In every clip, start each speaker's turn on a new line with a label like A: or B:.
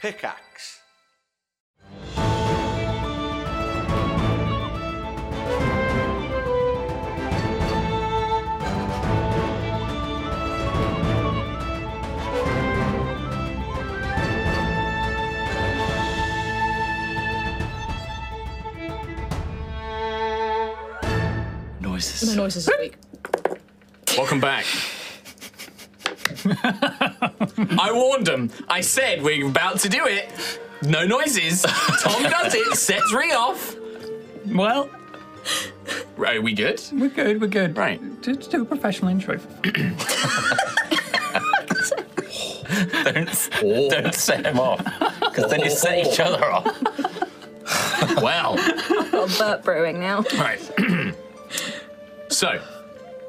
A: Pickaxe.
B: Noises.
C: No noises this week.
B: Welcome back. I warned them. I said we're about to do it. No noises. Tom does it. Sets Ree off.
D: Well,
B: Are we good?
D: we're good, we're good.
B: Right.
D: Just do a professional intro.
E: Don't,
B: Oh,
E: don't set him off, because then you set each other off.
B: Well.
C: Got Burt brewing now.
B: Right. so,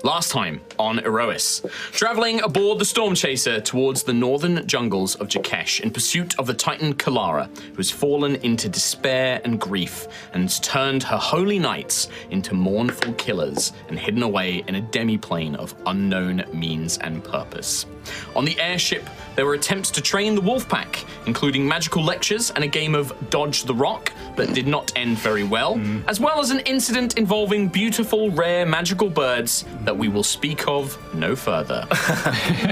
B: last time on Erois, traveling aboard the Storm Chaser towards the northern jungles of Jakesh in pursuit of the Titan Kalara, who has fallen into despair and grief and has turned her holy knights into mournful killers and hidden away in a demi-plane of unknown means and purpose. On the airship, there were attempts to train the wolf pack, including magical lectures and a game of Dodge the Rock that did not end very well, as well as an incident involving beautiful, rare, magical birds that we will speak of no further.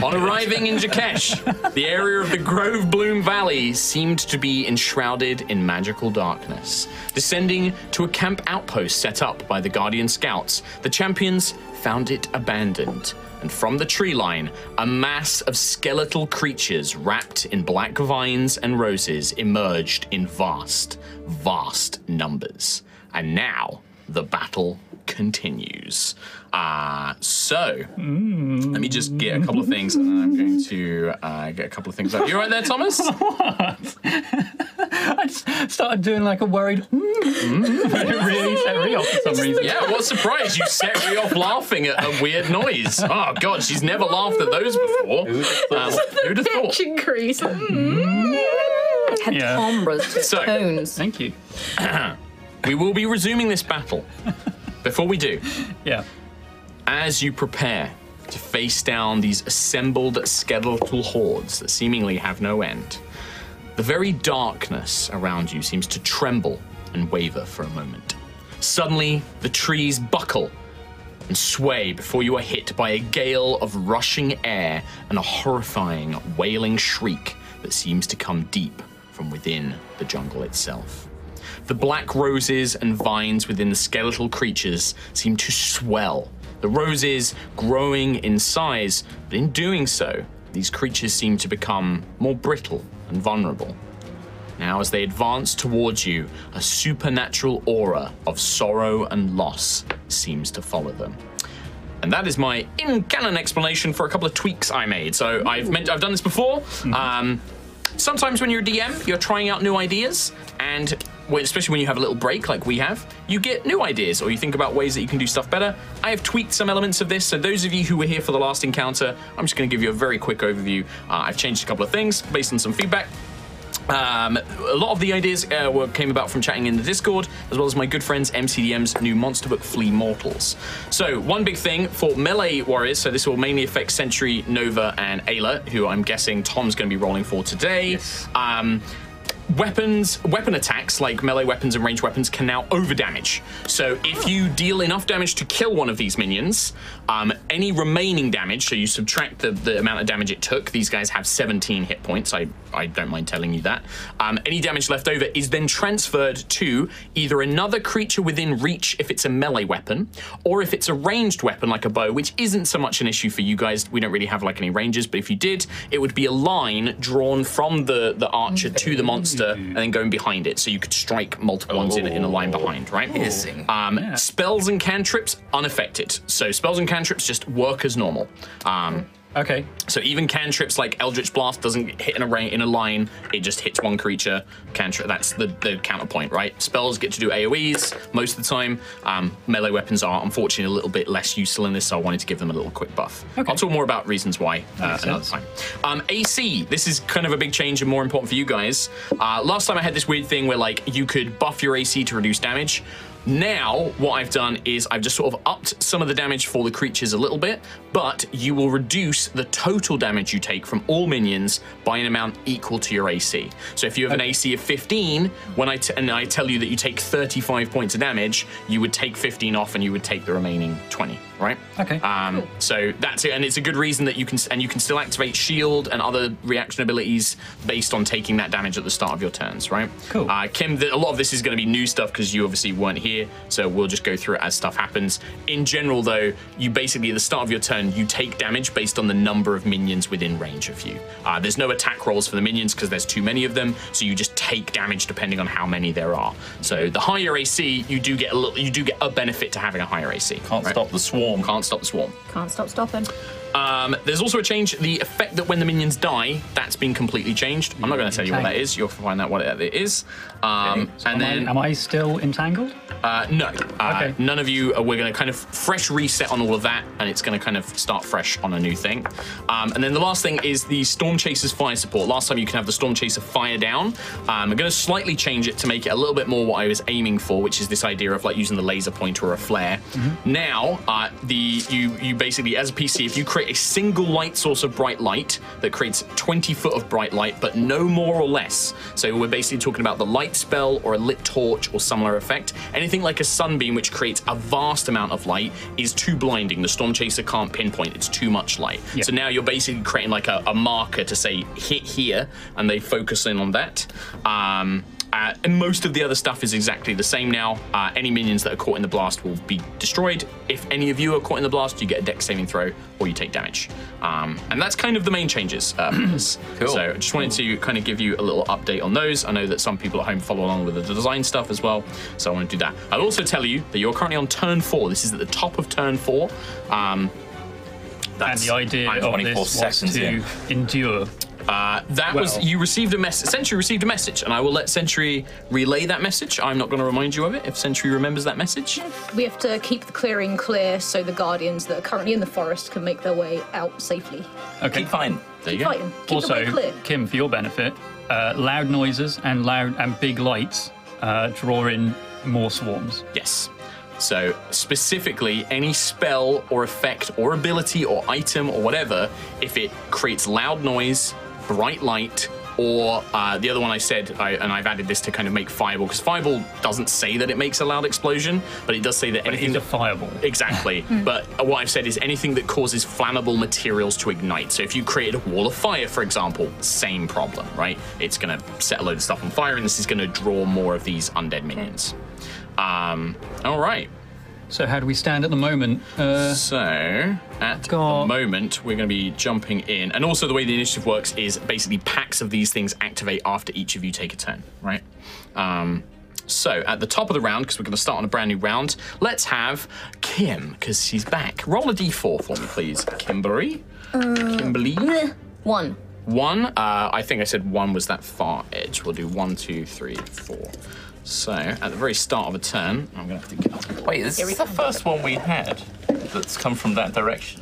B: On arriving in Jakesh, the area of the Grove Bloom Valley seemed to be enshrouded in magical darkness. Descending to a camp outpost set up by the Guardian Scouts, the champions found it abandoned. And from the tree line, a mass of skeletal creatures wrapped in black vines and roses emerged in vast, vast numbers. And now the battle continues. Uh, so, let me just get a couple of things, and then I'm going to uh, get a couple of things up. You all right there, Thomas?
D: I just started doing like a worried, mm. it really set me off for some reason.
B: yeah, what a surprise. You set me off laughing at a weird noise. Oh, God, she's never laughed at those before. Um, who'd have thought?
C: Pitch increase. Mm. Had
D: Yeah.
C: timbres to
B: So-
C: tones.
D: Thank you.
B: We will be resuming this battle. Before we do,
D: Yeah.
B: as you prepare to face down these assembled skeletal hordes that seemingly have no end, the very darkness around you seems to tremble and waver for a moment. Suddenly, the trees buckle and sway before you are hit by a gale of rushing air and a horrifying, wailing shriek that seems to come deep from within the jungle itself. The black roses and vines within the skeletal creatures seem to swell, the roses growing in size, but in doing so, these creatures seem to become more brittle and vulnerable. Now, as they advance towards you, a supernatural aura of sorrow and loss seems to follow them. And that is my in-canon explanation for a couple of tweaks I made. So I've meant I've done this before. Um, sometimes when you're a DM, you're trying out new ideas, and when, especially when you have a little break like we have, you get new ideas or you think about ways that you can do stuff better. I have tweaked some elements of this, so those of you who were here for the last encounter, I'm just going to give you a very quick overview. Uh, I've changed a couple of things based on some feedback. Um, a lot of the ideas uh, were, came about from chatting in the Discord, as well as my good friends MCDM's new monster book, Flea Mortals. So, one big thing for melee warriors, so this will mainly affect Sentry, Nova, and Ayla, who I'm guessing Tom's going to be rolling for today. Um, weapons weapon attacks like melee weapons and ranged weapons can now overdamage so if you deal enough damage to kill one of these minions um, any remaining damage so you subtract the, the amount of damage it took these guys have 17 hit points i, I don't mind telling you that um, any damage left over is then transferred to either another creature within reach if it's a melee weapon or if it's a ranged weapon like a bow which isn't so much an issue for you guys we don't really have like any ranges but if you did it would be a line drawn from the, the archer to the monster and then going behind it. So you could strike multiple ones in, in a line behind, right? Um, Spells and cantrips unaffected. So spells and cantrips just work as normal. Um,
D: Okay.
B: so even cantrips like Eldritch Blast doesn't hit in a ra- in a line; it just hits one creature. Cantrip that's the, the counterpoint, right? Spells get to do AOE's most of the time. Um, melee weapons are unfortunately a little bit less useful in this, so I wanted to give them a little quick buff. I'll talk more about reasons why uh, another time. Um, AC, this is kind of a big change and more important for you guys. Uh, last time I had this weird thing where like you could buff your AC to reduce damage. Now, what I've done is I've just sort of upped some of the damage for the creatures a little bit, but you will reduce the total damage you take from all minions by an amount equal to your AC. So if you have an AC of 15, when I t- and I tell you that you take 35 points of damage, you would take 15 off and you would take the remaining 20, right?
D: Okay.
B: Um, so that's it, and it's a good reason that you can and you can still activate shield and other reaction abilities based on taking that damage at the start of your turns, right?
D: Cool.
B: Uh, Kim, th- a lot of this is going to be new stuff because you obviously weren't here, so we'll just go through it as stuff happens. In general, though, you basically at the start of your turn you take damage based on the number of minions within range of you. Uh, there's no attack rolls for the minions because there's too many of them, so you just take damage depending on how many there are. So the higher AC, you do get a little, you do get a benefit to having a higher AC.
E: Can't
B: right?
E: stop the swarm.
B: Can't stop the swarm.
C: Can't stop stopping.
B: Um, there's also a change. The effect that when the minions die, that's been completely changed. I'm not going to tell you what
D: Okay.
B: that is. You'll find out what it it is. Um,
D: So
B: and
D: am,
B: then,
D: I, am I still entangled?
B: uh, no, uh,
D: Okay.
B: none of you. Are, we're going to kind of fresh reset on all of that, and it's going to kind of start fresh on a new thing. Um, and then the last thing is the storm chaser's fire support. Last time you can have the storm chaser fire down. Um, I'm going to slightly change it to make it a little bit more what I was aiming for, which is this idea of like using the laser pointer or a flare. Now, uh, the you you basically as a PC, if you create a single light source of bright light that creates 20 foot of bright light, but no more or less. So we're basically talking about the light spell or a lit torch or similar effect. Anything like a sunbeam, which creates a vast amount of light, is too blinding. The storm chaser can't pinpoint; it's too much light.
D: Yeah.
B: So now you're basically creating like a, a marker to say hit here, and they focus in on that. Um, uh, and most of the other stuff is exactly the same now. Uh, any minions that are caught in the blast will be destroyed. If any of you are caught in the blast, you get a deck saving throw or you take damage. Um, and that's kind of the main changes. Uh, for this.
E: Cool.
B: So I just wanted to kind of give you a little update on those. I know that some people at home follow along with the design stuff as well, so I want to do that. I'll also tell you that you're currently on turn four. This is at the top of turn four. Um,
D: And
B: that's-
D: the idea
B: I'm
D: of
E: 24
D: this was
E: seconds
D: to
E: in.
D: endure.
B: That was
D: Well-
B: you received a message. Century received a message, and I will let Century relay that message. I'm not going to remind you of it if Century remembers that message.
C: We have to keep the clearing clear so the guardians that are currently in the forest can make their way out safely.
D: Okay.
E: Keep fine.
B: There you
C: Keep
B: go.
C: fighting. Keep the way
D: also,
C: clear.
D: Kim, for your benefit, uh, loud noises and loud and big lights uh, draw in more swarms.
B: Yes. So, specifically, any spell or effect or ability or item or whatever, if it creates loud noise, bright light, or uh, the other one I said, I, and I've added this to kind of make fireball, because fireball doesn't say that it makes a loud explosion, but it does say that anything
D: It's a
B: that
D: fireball.
B: Exactly. but what I've said is anything that causes flammable materials to ignite. So if you created a wall of fire, for example, same problem, right? It's going to set a load of stuff on fire, and this is going to draw more of these undead minions. Um, all right.
D: So how do we stand at the moment? Uh,
B: So at
D: Got-
B: the moment, we're going to be jumping in, and also the way the initiative works is basically packs of these things activate after each of you take a turn, right? Um, so at the top of the round, because we're going to start on a brand new round, let's have Kim because she's back. Roll a d4 for me, please, Kimberly. Kimberly.
C: One.
B: One. Uh, I think I said one was that far edge. We'll do one, two, three, four. So at the very start of a turn, I'm going to have to get up.
E: Wait, this is the first one we had that's come from that direction.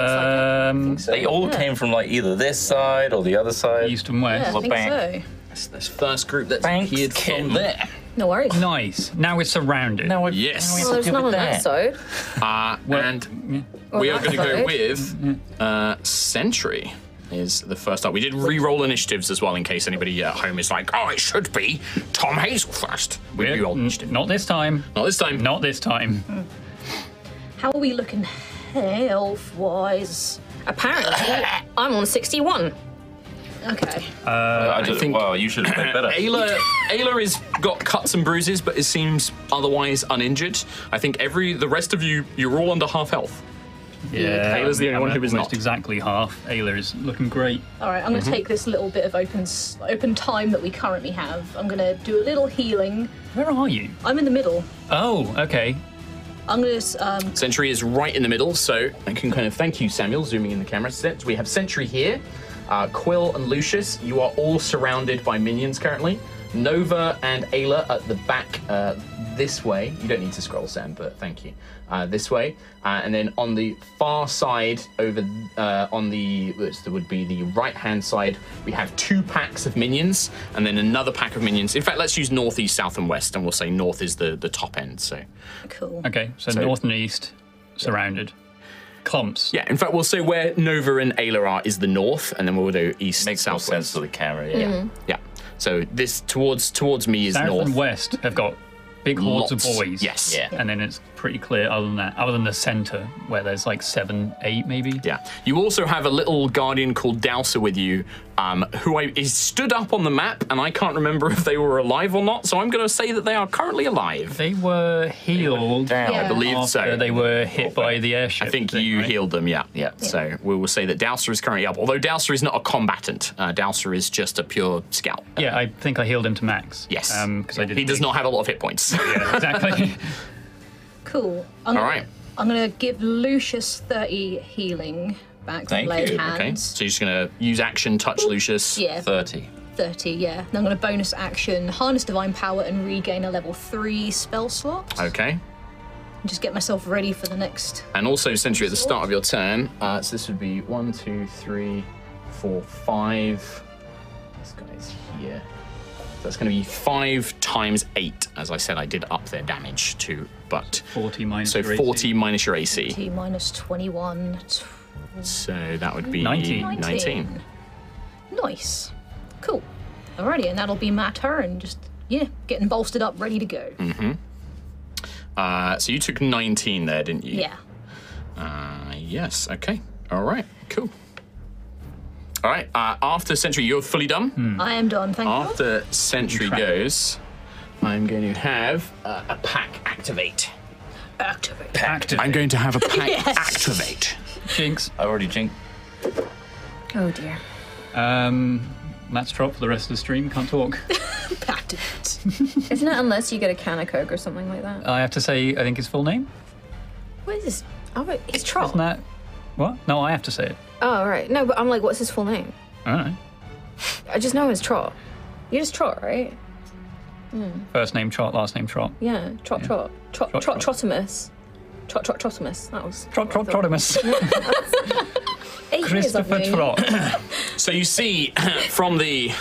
D: um,
E: They all came from like either this side or the other side.
D: east and west.
C: Yeah, I think
E: bang.
C: so.
B: That's this first group that's
E: Thanks,
B: appeared
E: Kim.
B: from there.
C: No worries.
D: Nice. Now we're surrounded.
E: Now we-
B: Yes.
E: now we
C: Well,
E: have
C: there's
E: to
C: none
E: deal
C: on
E: with
C: that side.
D: Well,
B: and we are
C: that's
B: going to
C: good.
B: go with uh, Sentry is the first up. We did re-roll initiatives as well in case anybody at home is like, oh, it should be Tom Hazel first. We
D: we're-
B: re-rolled
D: n-
B: initiative.
D: not this time.
B: Not this time.
D: Not this time.
C: How are we looking health wise? Apparently, I'm on 61. Okay.
E: Uh, I just,
B: think-
E: well, you should have played better.
B: Ayla, Ayla has got cuts and bruises, but it seems otherwise uninjured. I think every the rest of you, you're all under half health.
D: Yeah.
B: Ayla's the only
D: I'm
B: one
D: at
B: who is
D: almost
B: not.
D: exactly half. Ayla is looking great.
C: All right, I'm going to take this little bit of open s- open time that we currently have. I'm going to do a little healing.
D: Where are you?
C: I'm in the middle.
D: Oh, okay.
C: I'm going to um,
B: Sentry is right in the middle, so I can kind of thank you, Samuel, zooming in the camera. Set. We have Sentry here, uh, Quill and Lucius. You are all surrounded by minions currently. Nova and Ayla at the back uh, this way. You don't need to scroll, Sam, but thank you. Uh, this way, uh, and then on the far side, over uh, on the which would be the right-hand side, we have two packs of minions, and then another pack of minions. In fact, let's use north, east, south, and west, and we'll say north is the the top end. So
C: Cool.
D: Okay, so,
B: So-
D: north and east, surrounded. Clumps.
B: yeah, in fact, we'll say where Nova and Ayla are is the north, and then we'll do east,
E: Makes more
B: south,
E: sense to the camera. Yeah.
C: Mm-hmm.
B: Yeah. So this towards towards me is
D: South
B: north.
D: and west have got big hordes of
B: Lots.
D: boys.
B: Yes.
E: Yeah.
D: And then it's pretty clear other than that, other than the center where there's like seven, eight maybe.
B: Yeah. You also have a little guardian called Dowser with you, um, who I, is stood up on the map, and I can't remember if they were alive or not. So I'm going to say that they are currently alive.
D: They were healed.
E: Down.
C: Yeah.
B: I believe
D: after
B: so.
D: they were hit by the airship.
B: I think
D: thing,
B: you
D: right?
B: healed them, yeah.
E: Yeah. Yeah.
B: So we will say that Dowser is currently up, although Dowser is not a combatant. Uh, Dowser is just a pure scout.
D: Yeah, I think I healed him to max.
B: Yes.
D: Um, because I did.
B: He does not have a lot of hit points.
D: exactly.
C: Cool. I'm gonna-
B: All right.
C: I'm gonna give Lucius 30 healing back
E: Thank
C: from lay
E: you.
B: Okay.
C: hands.
B: So you're just going to use action, touch Lucius.
C: Yeah,
E: Thirty.
C: 30, yeah. Then I'm going to bonus action, harness divine power, and regain a level 3 spell slot.
B: Okay.
C: And just get myself ready for the next.
B: And also, since you're at the start of your turn, uh, so this would be one, two, three, four, five. This guy's here. So that's going to be five times eight. As I said, I did up their damage to, but
D: 40 minus
B: so
D: your AC.
B: 40 minus your AC.
C: T minus 21. t-
B: So that would be
D: 19.
B: 19.
C: Nice. Cool. Alrighty, and that'll be my turn. Just, yeah, getting bolstered up, ready to go.
B: Uh, so you took 19 there, didn't you?
C: Yeah.
B: Uh, yes. Okay. All right. Cool. All right. Uh, after Century, you're fully done.
C: I am done, thank you.
B: After Sentry goes, I'm going to have uh, a pack activate.
C: Activate.
D: Active.
B: I'm going to have a pack
C: Yes.
B: activate.
D: Jinx.
E: I already jinked.
A: Oh dear.
D: Um, that's drop for the rest of the stream. Can't talk.
C: Activate.
A: Isn't it unless you get a can of Coke or something like that?
D: I have to say, I think his full name.
A: What is this? Oh, wait, he's troll.
D: Isn't that? What? No, I have to say it.
A: Oh, right. No, but I'm like, what's his full name?
D: I don't know.
A: I just know him as Trot. You're just Trot, right?
D: First name Trot, last name Trot.
A: Yeah, Trot Trot. Trot
D: Trot,
A: Trot
D: Trot.
A: Trotimus. Trot Trot Trotimus. That was.
D: Trot, Trot, Trotimus.
A: Eight years I've
D: Christopher
A: known you.
D: Trot.
B: So you see from the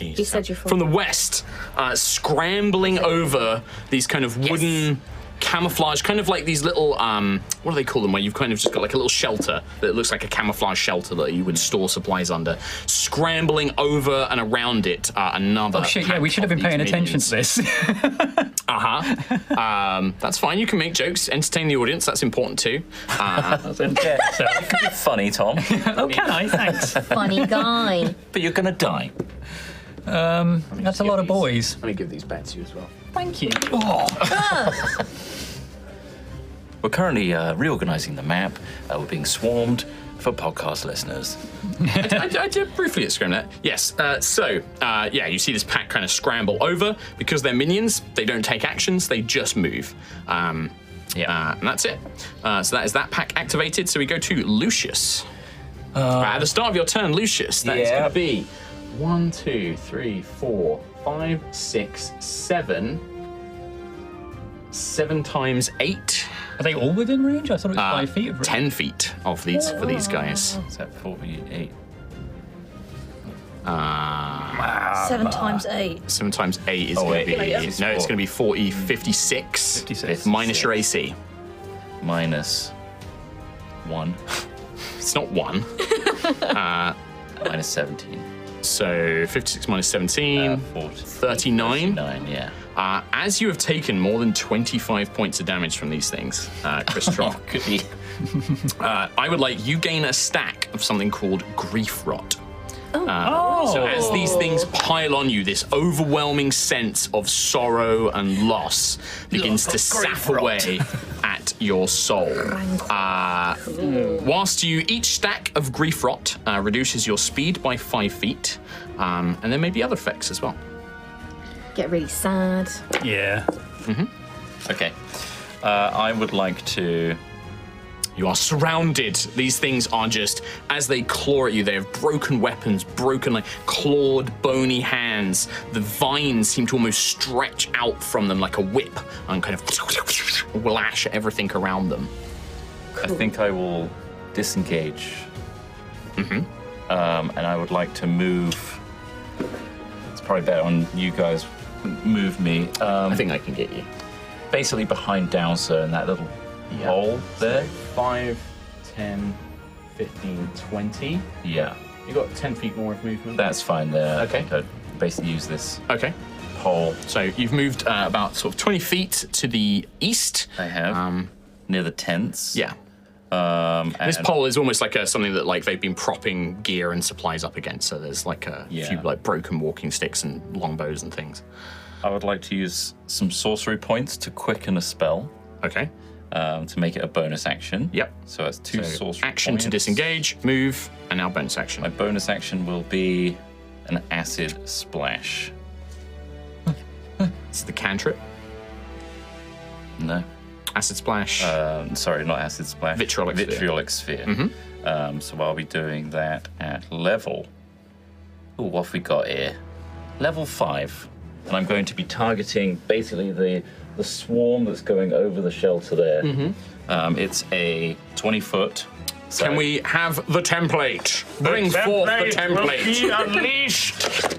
A: He said you're full.
B: from the west, uh, scrambling over these kind of wooden camouflage, kind of like these little um, what do they call them? Where you've kind of just got like a little shelter that looks like a camouflage shelter that you would store supplies under. Scrambling over and around it, uh, another.
D: Oh shit! Yeah, we should have been paying attention to this.
B: Uh-huh. Um, that's fine. You can make jokes, entertain the audience. That's important too. Uh,
D: So-
E: Funny, Tom.
D: oh, can I? Thanks.
C: Funny guy.
E: but you're gonna die.
D: That's a lot of boys.
B: let me give these back to you as well.
D: Thank you.
E: We're currently uh, reorganising the map. Uh, we're being swarmed for podcast listeners.
B: I, I did briefly at that. Yes. Uh, so, uh, yeah, you see this pack kind of scramble over because they're minions. They don't take actions. They just move. Um,
E: Yeah.
B: uh, and that's it. Uh, so that is that pack activated. So we go to Lucius. Uh, at the start of your turn, Lucius. That is
E: Yeah.
B: going to be one, two, three, four, five, six, seven. Seven times eight.
D: Are they all within range? I thought it was five feet. Of range.
B: Uh, Ten feet of these for these guys.
E: Is that 48?
C: Seven times eight.
B: Sometimes 8 is
E: Oh,
B: going
E: wait,
B: to be.
E: yeah, it's
B: No, it's
E: four.
B: going to be 40, 56.
D: 56.
B: Minus your AC.
E: Minus one.
B: It's not 1.
E: minus 17.
B: So 56 minus 17.
E: Uh, 40.
B: 39.
E: 39, yeah.
B: Uh, as you have taken more than 25 points of damage from these things, uh, Chris Trock,
E: Could be.
B: uh, I would like you gain a stack of something called grief rot.
D: Oh.
B: So as these things pile on you, this overwhelming sense of sorrow and loss begins to sap away at your soul. Uh, whilst you, each stack of grief rot uh, reduces your speed by five feet, um, and there may be other effects as well.
A: Get really sad.
D: yeah.
E: okay. Uh, I would like to
B: You are surrounded. These things are just, as they claw at you, they have broken weapons, broken, like, clawed, bony hands. The vines seem to almost stretch out from them like a whip and kind of lash at everything around them.
E: I think I will disengage.
B: Mm-hmm.
E: Um, and I would like to move. It's probably better on you guys. m- Move me. Um,
B: I think I can get you.
E: basically behind Downser in that little hole there.
B: 5, 10, 15, 20.
E: Yeah,
B: You got 10 feet more of movement.
E: that's fine there. I
B: Okay.
E: think I'd basically use this
B: Okay.
E: pole
B: So you've moved uh, about sort of 20 feet to the east. Um,
E: I have near the tents.
B: Yeah.
E: Um,
B: This
E: and-
B: pole is almost like a, something that like they've been propping gear and supplies up against. So there's like a
E: Yeah.
B: few like broken walking sticks and longbows and things.
E: I would like to use some sorcery points to quicken a spell
B: Okay.
E: um, to make it a bonus action.
B: Yep.
E: So that's two sorcery
B: Action
E: points.
B: to disengage, move, and now bonus action.
E: My bonus action will be an acid splash.
B: It's the cantrip,
E: No.
B: acid splash.
E: Um, sorry, not acid splash.
B: Vitriolic sphere. Mm-hmm.
E: Vitriolic sphere. Um, so I'll be doing that at level. Ooh, what have we got here? Level five. And I'm going to be targeting basically the the swarm that's going over the shelter there. Um, it's a 20 foot. so-
B: Mm-hmm. Can we have the template? Bring forth the template.
E: unleashed.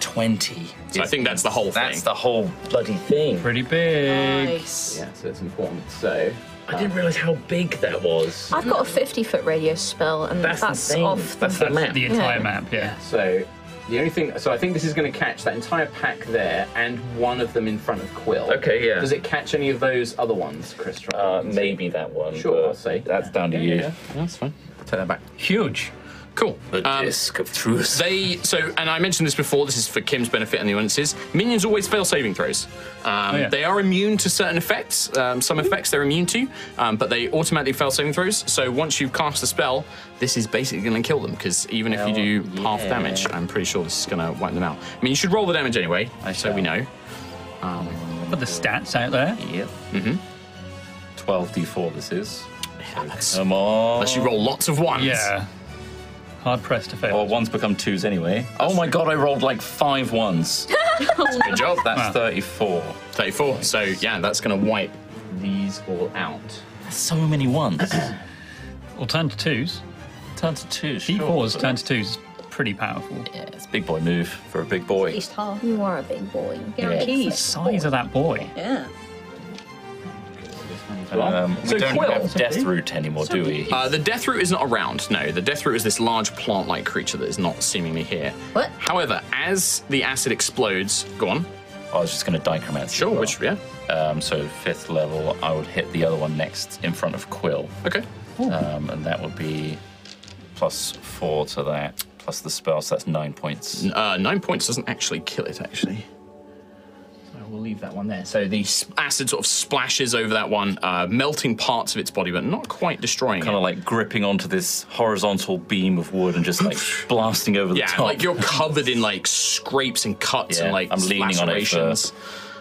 E: 20.
B: So I think that's the whole
E: That's
B: thing.
E: the whole bloody thing.
D: Pretty big.
C: Nice.
F: Yeah, so it's important. So
E: I didn't realize how big that was.
A: I've got a 50 foot radius spell, and Oh, that's,
E: insane.
A: off
E: That's the map.
D: The entire
A: Yeah.
D: map, yeah.
F: so the only thing so I think this is going to catch that entire pack there and one of them in front of Quill.
E: Okay, yeah.
F: Does it catch any of those other ones, Chris?
E: Uh, maybe that one.
F: Sure,
E: but
F: I'll say.
E: That's down to you.
B: That's fine.
F: Turn that back.
D: Huge.
B: Cool.
E: The
B: Um,
E: disc of truth.
B: They so, and I mentioned this before. This is for Kim's benefit and the audience's. Minions always fail saving throws. Um,
D: Oh, yeah.
B: They are immune to certain effects. Um, some effects they're immune to, um, but they automatically fail saving throws. So once you've cast the spell, this is basically going to kill them because even if you do half
E: yeah.
B: damage, I'm pretty sure this is going to wipe them out. I mean, you should roll the damage anyway, so we know.
D: Put the stats out there.
E: Yep. Mm-hmm. 12d4 this is.
B: Unless,
E: Mm-hmm. Come on.
B: Um, unless you roll lots of ones.
D: Yeah. Hard pressed to fail.
E: Well, ones become twos anyway. oh my god, I rolled like five ones.
B: Good job.
E: That's
D: Wow.
E: 34.
B: 34. So yeah, that's going to wipe these all out.
E: That's so many ones.
D: Well, turn to twos.
E: turn to two.
D: Deep
E: sure,
D: pause,
E: but-
D: turn to twos. is Pretty powerful.
E: Yeah, it's a big boy move for a big boy.
C: At least half.
A: You are a big boy.
C: Guaranteed.
D: Size of that boy.
C: Yeah.
E: Um,
B: So
E: we don't
B: Quill-
E: have Death Root anymore, do we?
B: Uh, the death root is not around. No, the death root is this large plant-like creature that is not seemingly here.
A: What?
B: However, as the acid explodes, go on.
E: I was just going to Dichromancy.
B: Sure.
E: as well.
B: Which yeah.
E: Um, so fifth level, I would hit the other one next in front of Quill,
B: Okay.
E: um, and that would be plus four to that, plus the spell, so that's nine points.
B: Uh, nine points doesn't actually kill it actually. So We'll leave that one there. So the s- acid sort of splashes over that one, uh, melting parts of its body, but not quite destroying
E: Kind
B: it.
E: of like gripping onto this horizontal beam of wood and just like blasting over the
B: yeah,
E: top.
B: like you're covered in like scrapes and cuts
E: Yeah,
B: and like
E: I'm leaning on it for-
B: lacerations.
E: um,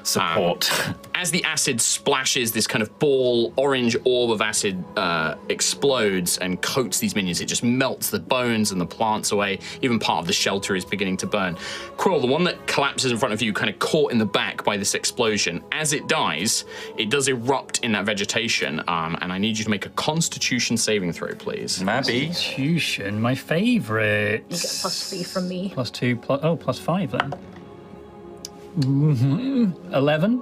E: support.
B: as the acid splashes, this kind of ball, orange orb of acid uh, explodes and coats these minions. It just melts the bones and the plants away. Even part of the shelter is beginning to burn. Quill, the one that collapses in front of you, kind of caught in the back by this explosion. As it dies, it does erupt in that vegetation. Um, and I need you to make a Constitution saving throw, please.
E: Mabby,
D: Constitution, my favourite.
C: You get plus three from me.
D: Plus two, plus, oh, plus five then. Mhm. 11.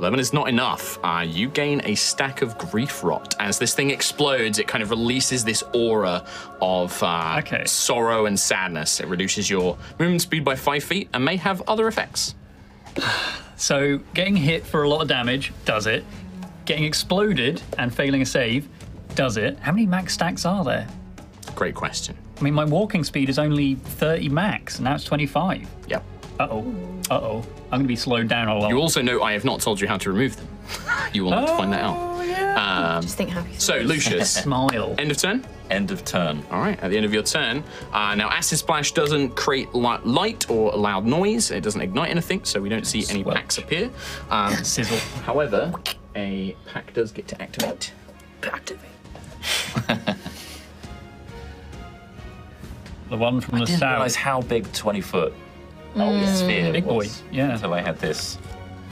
B: Eleven is not enough. Uh, you gain a stack of grief rot. As this thing explodes, it kind of releases this aura of uh,
D: Okay.
B: sorrow and sadness. It reduces your movement speed by five feet and may have other effects.
D: So getting hit for a lot of damage does it. Getting exploded and failing a save does it. How many max stacks are there?
B: Great question.
D: I mean, my walking speed is only 30 max, and now it's 25.
B: Yep.
D: Uh oh. Uh oh. I'm going to be slowed down a lot.
B: You also know I have not told you how to remove them. you will not find that out.
A: Just think happy.
B: So, Lucius,
D: Smile.
B: end of turn.
E: end of turn.
B: All right, at the end of your turn. Uh, now, Acid Splash doesn't create li- light or a loud noise. It doesn't ignite anything, so we don't see any
D: Swelch.
B: packs appear. Um,
D: Sizzle.
F: However, a pack does get to activate.
A: Activate.
D: The one from the
E: didn't
D: south.
E: realize how big 20 foot sphere
D: Big boy,
E: was
D: yeah.
E: until I had this.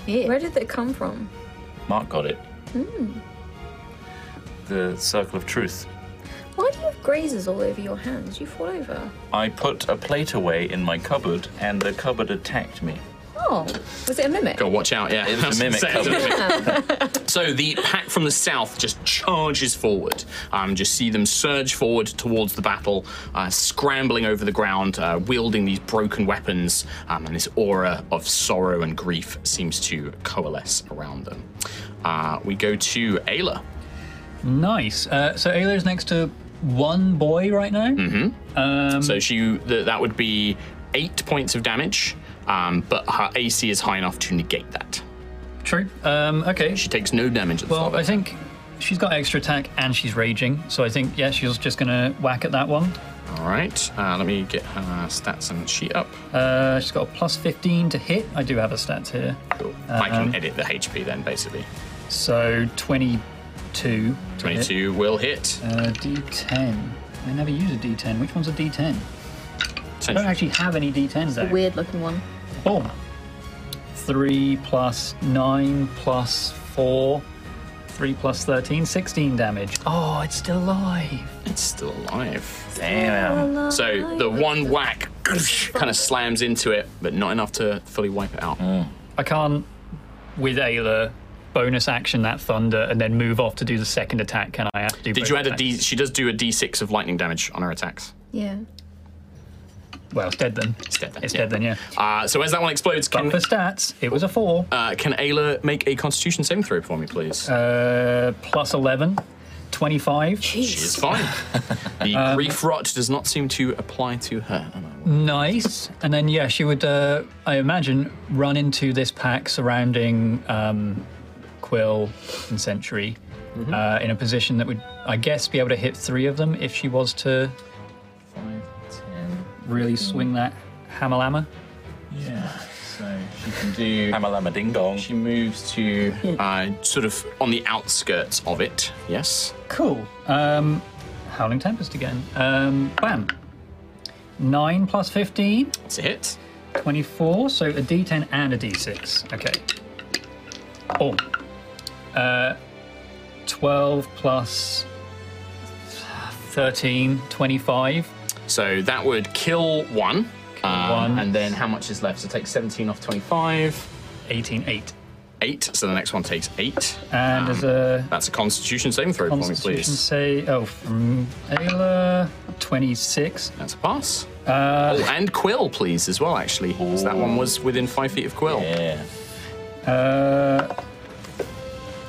A: Where did they come from?
E: Mark got it. Hmm. The circle of truth.
A: Why do you have grazes all over your hands? You fall over.
E: I put a plate away in my cupboard, and the cupboard attacked me.
A: Oh, was it a mimic?
B: Got watch out, yeah.
E: It was a
B: I
E: mimic
B: gonna say, it was a mimic. so the pack from the south just charges forward. Um, just see them surge forward towards the battle, uh, scrambling over the ground, uh, wielding these broken weapons, um, and this aura of sorrow and grief seems to coalesce around them. Uh, we go to Ayla.
D: Nice. Uh, so Ayla's next to one boy right now.
E: Mm-hmm.
D: Um,
B: So she th- that would be eight points of damage, um, but her AC is high enough to negate that.
D: True. Um, okay.
B: She takes no damage at the
D: Well,
B: start.
D: I think she's got extra attack and she's raging. So I think, yeah, she's just going to whack at that one.
B: All right, uh, let me get her stats and sheet up.
D: Uh, she's got a plus 15 to hit. I do have her stats here.
B: Cool. I
D: Uh-huh.
B: can edit the HP then, basically.
D: So 22. to hit.
B: 22 will hit.
D: Uh, D10. I never use a D10. Which one's a D10? I don't
B: Essentially.
D: actually have any D10s though.
C: Weird looking one.
D: Boom. Three plus nine plus four. Three plus 13, 16 damage. Oh, it's still alive.
B: It's still alive.
E: Damn.
B: So the one whack kind of slams into it, but not enough to fully wipe it out.
D: Uh, I can't, with Ayla, bonus action that thunder and then move off to do the second attack. Can I have to do
B: Did
D: both
B: you add a D?
D: attacks?
B: She does do a D6 of lightning damage on her attacks.
A: Yeah.
D: Well, it's dead then.
B: It's dead then.
D: It's dead then, yeah.
B: Uh, so as that one explodes,
D: But
B: can,
D: for stats, it was a four.
B: uh, can Ayla make a Constitution saving throw for me, please?
D: Uh, plus 11, 25.
B: she is fine. the
D: Um,
B: grief rot does not seem to apply to her. And I will-
D: Nice. And then, yeah, she would, uh, I imagine, run into this pack surrounding um, Quill and Century uh, in a position that would, I guess, be able to hit three of them if she was to
E: Five, ten.
D: really swing that hammer lammer.
E: Yeah. So
B: She can do.
E: Hamalama ding dong.
B: She moves to uh, sort of on the outskirts of it. Yes.
D: Cool. Um, Howling Tempest again. Um, bam. 9 plus 15,
B: It's a hit.
D: 24. So a d10 and a d6. Okay. Boom. Uh, 12 plus 13, 25.
B: So that would kill one. Um,
D: one.
B: And then how much is left? So take 17 off 25.
D: 18, 8.
B: Eight. So the next one takes eight.
D: And there's a
B: That's a Constitution saving throw Um, for me,
D: Uh, Constitution
B: please.
D: say, oh, from Ayla, 26.
B: That's a pass. Uh, oh, and Quill, please, as well, actually. 'cause that one was within five feet of Quill.
E: Yeah.
D: Uh,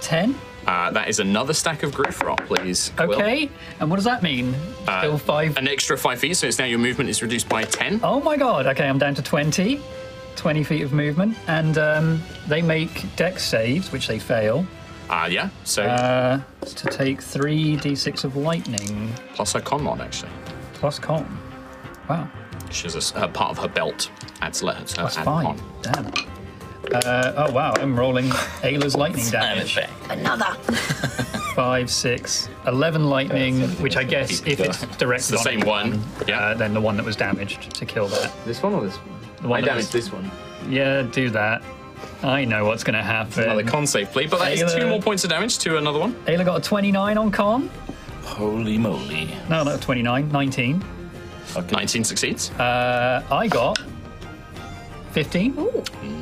D: 10.
B: Uh, that is another stack of Griff Rock, please. Quill.
D: Okay. And what does that mean?
B: uh,
D: Still 5
B: An extra five feet, so it's now your movement is reduced by 10.
D: Oh my god, okay, I'm down to 20. 20 feet of movement, and um, they make dex saves, which they fail,
B: Uh, yeah, so
D: Oh. uh, to take 3d6 of lightning
B: plus her con mod, actually.
D: plus con. Wow,
B: She has a s- her part of her belt. Adds letters.
D: that's
B: add
D: fine.
B: on.
D: Damn. Uh, oh wow, I'm rolling Ayla's lightning damage.
E: back.
A: Another.
D: Five, six, 11 lightning, which I guess if it's directed
B: It's the same
D: on
B: one.
D: uh,
B: Yeah.
D: then the one that was damaged to kill that.
F: This one or this one?
D: The one
F: I
D: that
F: damaged
D: was-
F: this one.
D: Yeah, do that. I know what's going to happen.
B: Another con save, please. But that is two
D: Taylor.
B: more points of damage to another one.
D: Ayla got a 29 on con.
E: Holy moly.
D: No, not 29, 19.
B: 19 succeeds.
D: Uh, I got 15.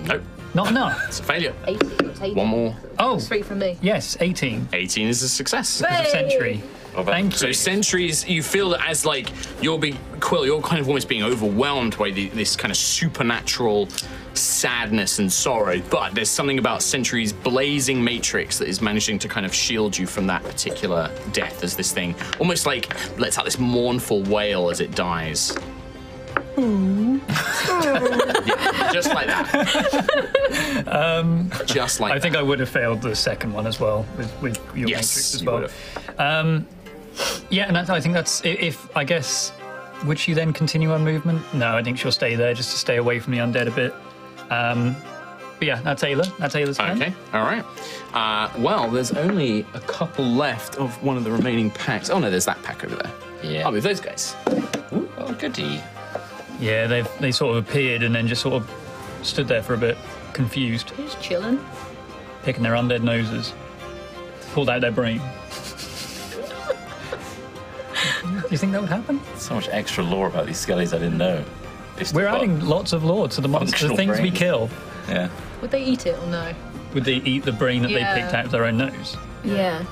B: nope.
D: Not enough.
B: It's a failure.
C: 80, it was 80.
B: One more.
D: Oh,
C: Three for me.
D: yes, 18.
B: 18 is a success.
D: It's a century. Thank
B: So
D: you.
B: sentries, you feel that as like you're being Quill, you're kind of almost being overwhelmed by the, this kind of supernatural sadness and sorrow. But there's something about Sentry's blazing matrix that is managing to kind of shield you from that particular death as this thing almost like lets out this mournful wail as it dies. yeah, just like that. um, just like
D: I think
B: that.
D: I would have failed the second one as well with, with your
B: Yes,
D: matrix as
B: you
D: well.
B: would've.
D: Um, yeah, and that's, I think that's i- if I guess would she then continue her movement? No, I think she'll stay there just to stay away from the undead a bit. Um, But yeah, that's Ayla. That's Ayla's turn.
B: Okay, all right. Uh, well, there's only a couple left of one of the remaining packs. Oh no, there's that pack over there.
E: Yeah.
B: I'll move those guys.
E: Ooh, oh, goody.
D: Yeah, they they sort of appeared and then just sort of stood there for a bit, confused,
C: Who's chilling?
D: picking their undead noses, pulled out their brain. Do you think that would happen?
E: So much extra lore about these skellies I didn't know. Pissed
D: We're
E: about-
D: adding lots of lore to the monsters, the
E: Functional
D: things we
E: brains.
D: kill.
E: Yeah.
C: Would they eat it or no?
D: Would they eat the brain that
C: Yeah.
D: they picked out of their own nose?
A: Yeah.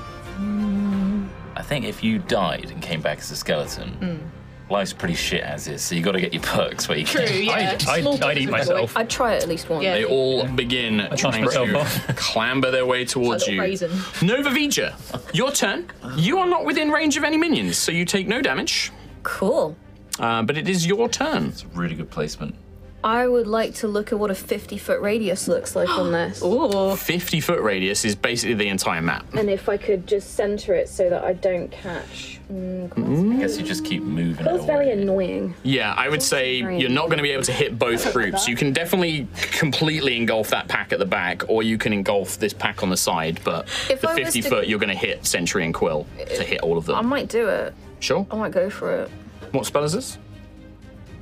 E: I think if you died and came back as a skeleton, life's pretty shit as is, so you gotta get your perks where you
C: True,
E: can.
C: yeah.
D: I'd- I'd-
C: Slaughter
D: I'd eat
C: is a
D: myself.
C: boy.
A: I'd try it at least once.
C: Yeah.
B: They all begin trying
D: myself
B: to
D: off.
B: clamber their way towards
C: little
B: you.
C: raisin.
B: Nova Vija, your turn. You are not within range of any minions, so you take no damage.
A: Cool.
B: Uh, but it is your turn.
E: It's a really good placement.
A: I would like to look at what a 50 foot radius looks like on this.
C: Ooh.
B: 50 foot radius is basically the entire map.
A: And if I could just center it so that I don't catch. Mm,
E: I guess you just keep moving
A: That's
E: it
A: very
E: away.
A: annoying.
B: Yeah, I would say
A: Great.
B: you're not going to be able to hit both groups. You can definitely completely engulf that pack at the back, or you can engulf this pack on the side, but
A: If
B: the
A: I was
B: 50
A: to-
B: foot, you're going to hit Sentry and Quill to hit all of them.
A: I might do it.
B: Sure.
A: I might go for it.
B: What spell is this?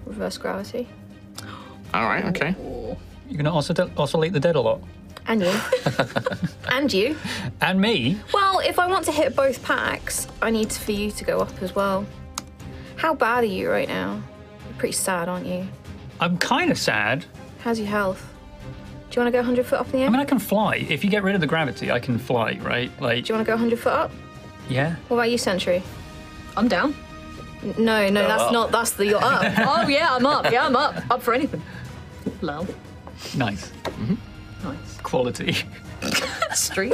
A: Reverse gravity.
B: All right, okay.
D: You're gonna oscillate, oscillate the dead a lot.
A: And you. and you.
D: And me.
A: Well, if I want to hit both packs, I need for you to go up as well. How bad are you right now? You're pretty sad, aren't you?
D: I'm kind of sad.
A: How's your health? Do you want to go 100 foot up in the air?
D: I mean, I can fly. If you get rid of the gravity, I can fly, right? Like,
A: Do you want to go 100 foot up?
D: yeah.
A: What about you, Sentry?
C: I'm down.
A: N- No, no, that's
E: up.
A: not. That's the you're up.
C: Oh yeah, I'm up. Yeah, I'm up. Up for anything. Lol.
D: Nice.
C: Nice.
D: Quality.
C: Street.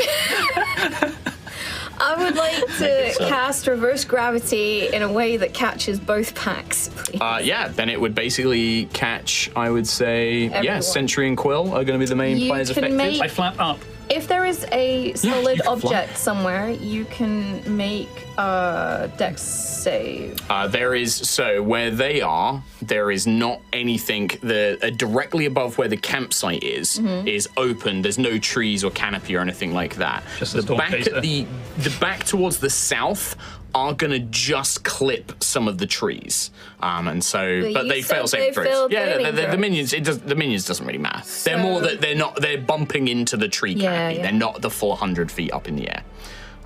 A: I would like to
E: it so.
A: cast reverse gravity in a way that catches both packs, please.
B: Uh, yeah, then it would basically catch, I would say, yeah,
A: Everyone.
B: Sentry and Quill are going to be the main
A: You
B: players
A: can
B: affected.
A: make-
D: I flap up.
A: If there is a
B: you can
A: solid
B: fly.
A: object somewhere, you can make a dex save.
B: Uh, there is so where they are, there is not anything. The uh, directly above where the campsite is
A: Mm-hmm.
B: is open. There's no trees or canopy or anything like that.
D: Just a
B: the
D: storm
B: back
D: chaser.
B: at the the back towards the south are gonna just clip some of the trees, um, and so
A: But
B: but,
A: you
B: they
A: said
B: fail
A: they
B: safe throws.
A: failed
B: yeah,
A: burning
B: the, the, the
A: throws.
B: minions. It does the minions doesn't really matter. they're more
A: So-
B: that they're not they're bumping into the tree
A: Yeah,
B: canopy.
A: yeah.
B: They're not the 400 feet up in the air.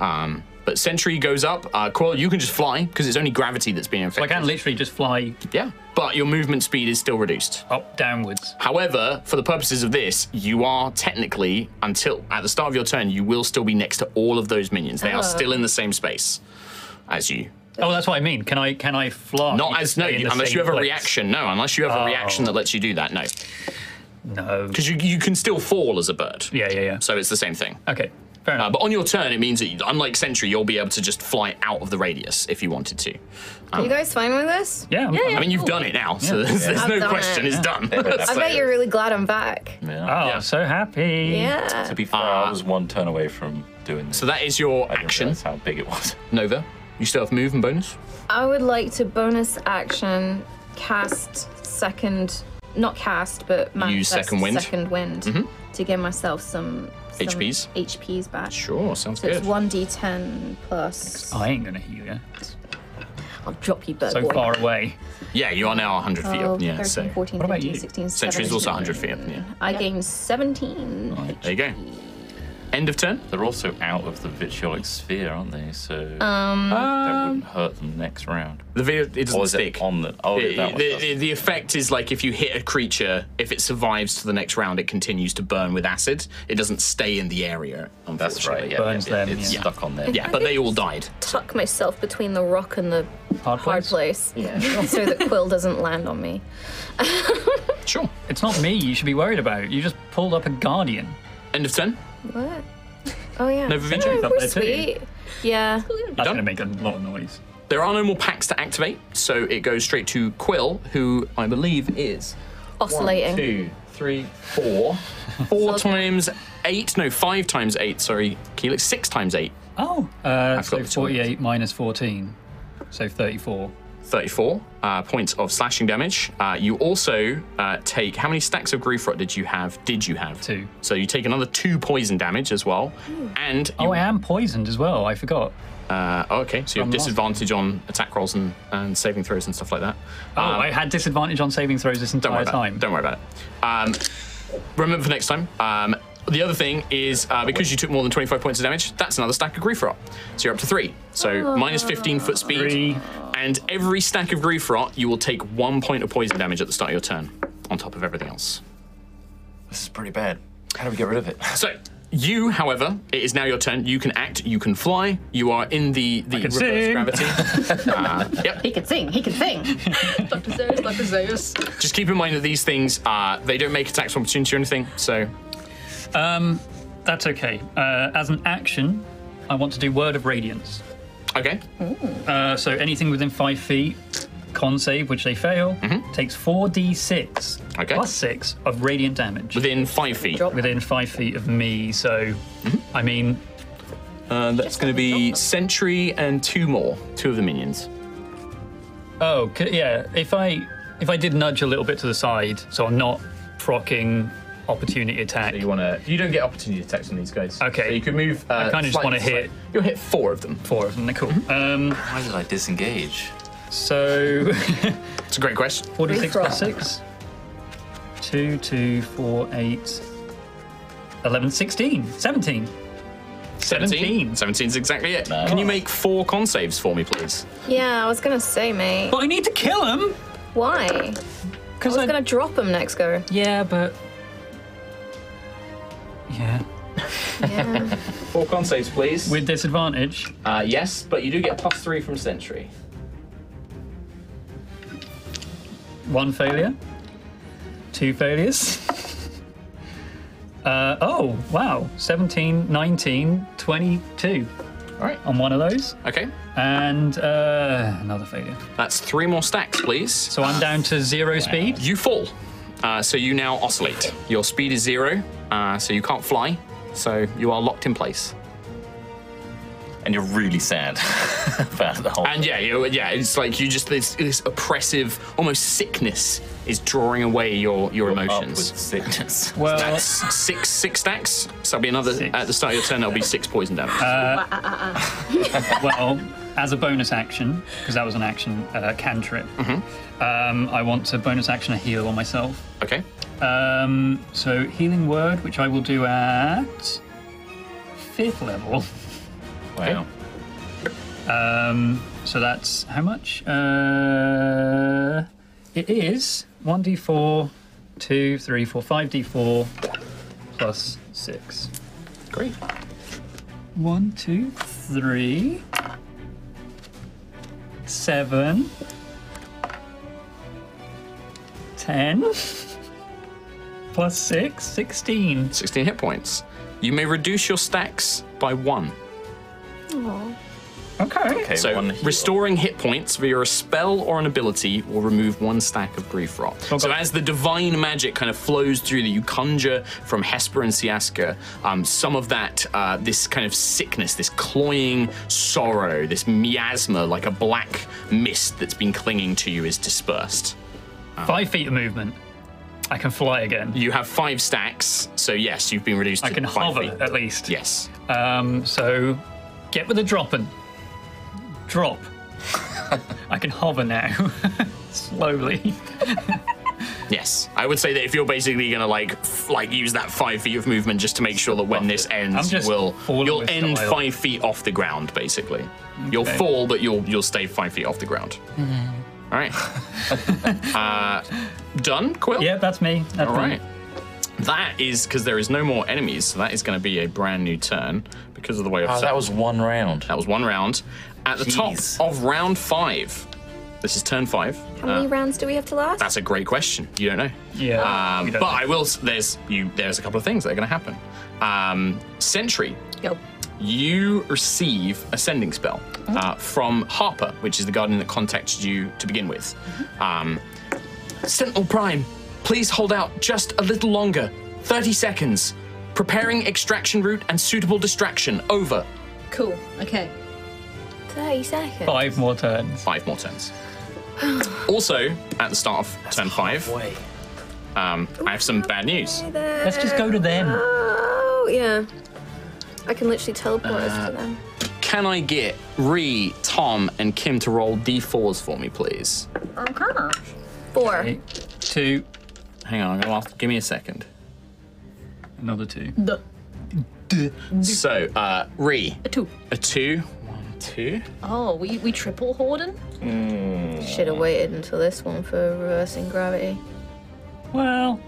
B: Um, but Sentry goes up. Uh, Quill, you can just fly because it's only gravity that's being
D: I
B: affected.
D: can literally just fly
B: Yeah, but your movement speed is still reduced.
D: up downwards.
B: However, for the purposes of this, you are technically until at the start of your turn, you will still be next to all of those minions. They are still in the same space as you.
D: Oh, that's what I mean. Can I can I fly?
B: Not as no,
D: Stay in
B: you,
D: the
B: unless
D: same
B: you have a
D: place? Oh.
B: reaction. No, unless you have a reaction that lets you do that. No,
D: No.
B: because you you can still fall as a bird.
D: Yeah, yeah, yeah.
B: So it's the same thing.
D: Okay. Fair
B: Uh,
D: enough.
B: but on your turn, it means that you, unlike Sentry, you'll be able to just fly out of the radius if you wanted to. Um,
A: You guys fine with this?
D: yeah. I'm-
B: I mean, you've done it now, so there's, there's
A: I've
B: no
A: done
B: question.
A: it.
B: It's done.
A: I bet you're really glad I'm back.
E: Yeah.
D: Oh,
B: yeah.
D: so
B: Mm,
D: happy.
A: Yeah.
E: To be fair, I was one turn away from doing this.
B: so that is your
E: I didn't
B: action.
E: realize how big it was.
B: Nova, you still have move and bonus?
A: I would like to bonus action cast second, not cast, but manifest
B: second wind. Mm-hmm.
A: second wind to give myself some, some
B: HPs?
A: HPs back.
B: Sure, Oh, sounds
A: So it's one d10 plus.
D: I ain't gonna heal you.
A: I'll drop you, bird
D: So
A: boy.
D: far away.
B: Yeah, you are now 100 feet up.
A: 12,
B: Yeah,
A: 13,
B: so.
A: 14,
D: What about
A: 15,
D: you?
A: 16,
B: Sentry's also 100
A: 17.
B: feet up. Yeah. Oh,
A: I gained 17.
B: There you go. End of turn?
E: They're also out of the vitriolic sphere, aren't they? So
A: Um,
E: that wouldn't hurt them next round.
B: The video, it doesn't
E: Or is
B: stick.
E: it on the? Oh,
B: It-
E: that one
B: the,
E: does.
B: the- the effect is like if you hit a creature, if it survives to the next round, it continues to burn with acid. It doesn't stay in the area,
E: That's right.
B: unfortunately.
E: Yeah,
D: Burns
E: yeah,
D: them,
E: It's
D: yeah.
E: stuck on there.
B: Yeah, but they all died.
A: Tuck myself between the rock and the
D: Hard
A: hard
D: place.
A: place. Yeah. so that Quill doesn't land on me.
B: Sure.
D: It's not me you should be worried about. You just pulled up a guardian.
B: End of turn?
A: What? Oh, yeah.
B: Nova Vija?
A: Oh,
D: up
A: we're
D: there too.
A: sweet. Yeah.
D: That's
B: done?
D: gonna make a lot of noise.
B: There are no more packs to activate, so it goes straight to Quill, who I believe is
A: Oscillating.
B: One, two, three, four. Four times eight. No, five times eight. Sorry, Keelix. Six times eight.
D: Oh. Uh,
B: I've
D: so
B: got the tool.
D: 48 minus 14. So 34.
B: 34 uh, points of slashing damage. Uh, you also uh, take how many stacks of grief rot did you have? Did you have
D: Two.
B: So you take another two poison damage as well, and you,
D: Oh, I am poisoned as well. I forgot.
B: uh, oh, okay. So you have
D: I'm lost.
B: disadvantage on attack rolls and, and saving throws and stuff like that.
D: Oh, I had disadvantage on saving throws this
B: Ah. Don't worry
D: entire
B: about
D: time.
B: it. Don't worry about it. Um, remember for next time. Um, the other thing is uh, because you took more than 25 points of damage, that's another stack of grief rot. So you're up to three. So minus 15 foot speed.
D: Three.
B: And every stack of grief rot, you will take one point of poison damage at the start of your turn, on top of everything else.
E: This is pretty bad. How do we get rid of it?
B: So you, however, it is now your turn. You can act. You can fly. You are in the the reverse
D: sing.
B: gravity. Uh, yep.
G: He can sing. He can sing.
C: Dr. Zeus, Dr. Zeus.
B: Just keep in mind that these things uh, they don't make attacks of opportunity or anything. So
D: Um, that's okay. Uh, as an action, I want to do Word of Radiance.
B: okay.
D: Uh, so anything within five feet, con save, which they fail, takes 4d6
B: Okay.
D: plus 6 of radiant damage
B: Within five feet.
D: within five feet of me. So, I mean,
B: Uh, that's going to be Sentry and two more, two of the minions.
D: Oh, c- yeah. If I if I did nudge a little bit to the side, so I'm not procking opportunity attack.
B: You want to? You don't get opportunity attacks on these guys.
D: Okay.
B: So you can move. Uh,
D: I kinda just
B: slightly-
D: wanna hit-
B: You'll hit four of them.
D: Four of them. They're cool. Um,
E: Why did I disengage?
D: so
B: It's a great question.
D: 46 plus six. Two, two, four, eight. 11, 16, 17.
B: 17.
D: 17.
B: 17 is exactly it. Can you make four con saves for me, please?
A: Yeah, I was gonna say, mate.
D: But I need to kill him!
A: Why? I
D: Because
A: was gonna drop him next go.
D: Yeah, but. Yeah.
A: Yeah.
F: Four con saves, please.
D: With disadvantage.
F: uh, yes, but you do get plus three from Sentry.
D: One failure. Two failures. Uh, oh, wow. 17, 19, 22
B: All right.
D: on one of those.
B: Okay.
D: And uh, another failure.
B: That's three more stacks, please.
D: So I'm down to zero speed.
B: You fall. Uh, so you now oscillate. Your speed is zero, uh, so you can't fly. So you are locked in place.
E: And you're really sad about the whole.
B: And yeah, you, yeah, it's like you just this, this oppressive, almost sickness is drawing away your your emotions.
E: Upward sickness.
D: Well,
B: That's six six stacks. So that'll be another
D: Six.
B: at the start of your turn. That'll be six poison damage.
D: well, as a bonus action, because that was an action uh, cantrip, um, I want to bonus action a heal on myself.
B: okay.
D: Um, so healing word, which I will do at fifth level.
E: Wow.
D: Um, so that's how much? Uh, it is 1d4, 2, 3, 4, 5d4 plus 6.
B: Great.
D: 1, 2, 3, 7, 10, plus 6, 16.
B: Sixteen hit points. You may reduce your stacks by one.
D: Okay.
E: Okay,
B: So
E: one heal.
B: restoring hit points via a spell or an ability will remove one stack of grief rot.
D: Oh,
B: So as the divine magic kind of flows through that you conjure from Hesper and Siaska, um, some of that uh, this kind of sickness, this cloying sorrow, this miasma like a black mist that's been clinging to you is dispersed.
D: Five feet of movement. I can fly again.
B: You have five stacks, so yes, you've been reduced.
D: I
B: to
D: can
B: five
D: hover
B: feet.
D: at least.
B: Yes.
D: Um, so get with the dropping. Drop. I can hover now. Slowly.
B: Yes, I would say that if you're basically gonna like f- like use that five feet of movement just to make sure that when this ends,
D: I'm just
B: will
D: falling
B: you'll
D: with
B: end
D: style.
B: five feet off the ground basically. You'll fall, but you'll you'll stay five feet off the ground.
D: Mm-hmm.
B: All right. uh, done, Quill.
D: Yeah, that's me. That's
B: All
D: me.
B: right. That is because there is no more enemies, so that is going to be a brand new turn because of the way I've
E: Oh,
B: set
E: that was one round.
B: that was one round. At the
E: Jeez.
B: top of round five, this is turn five.
A: How many rounds do we have to last?
B: That's a great question. You don't know.
D: Yeah.
B: Um,
D: we
B: but
D: don't
B: I will. s- There's you. There's a couple of things that are going to happen. Um, Sentry,
C: Go.
B: you receive ascending spell
D: Mm-hmm.
B: uh, from Harper, which is the guardian that contacted you to begin with.
D: Mm-hmm.
B: Um, Sentinel Prime, please hold out just a little longer. Thirty seconds. Preparing extraction route and suitable distraction. Over.
C: Cool. Okay.
A: 30 seconds.
D: Five more turns.
B: Five more turns. Also, at the start of turn five, um, I have some bad news.
D: Let's just go to them.
A: Oh, yeah. I can literally teleport us to them.
B: Can I get Ree, Tom, and Kim to roll d4s for me, please?
C: Okay.
A: Four.
D: Eight, Two,
B: Hang on, I'm gonna ask, give me a second.
D: another two.
C: The
B: So, uh, Ree,
C: a two.
B: a two, one, two.
C: Oh, we, we triple hoarding?
A: Should have waited until this one for reversing gravity.
D: Well,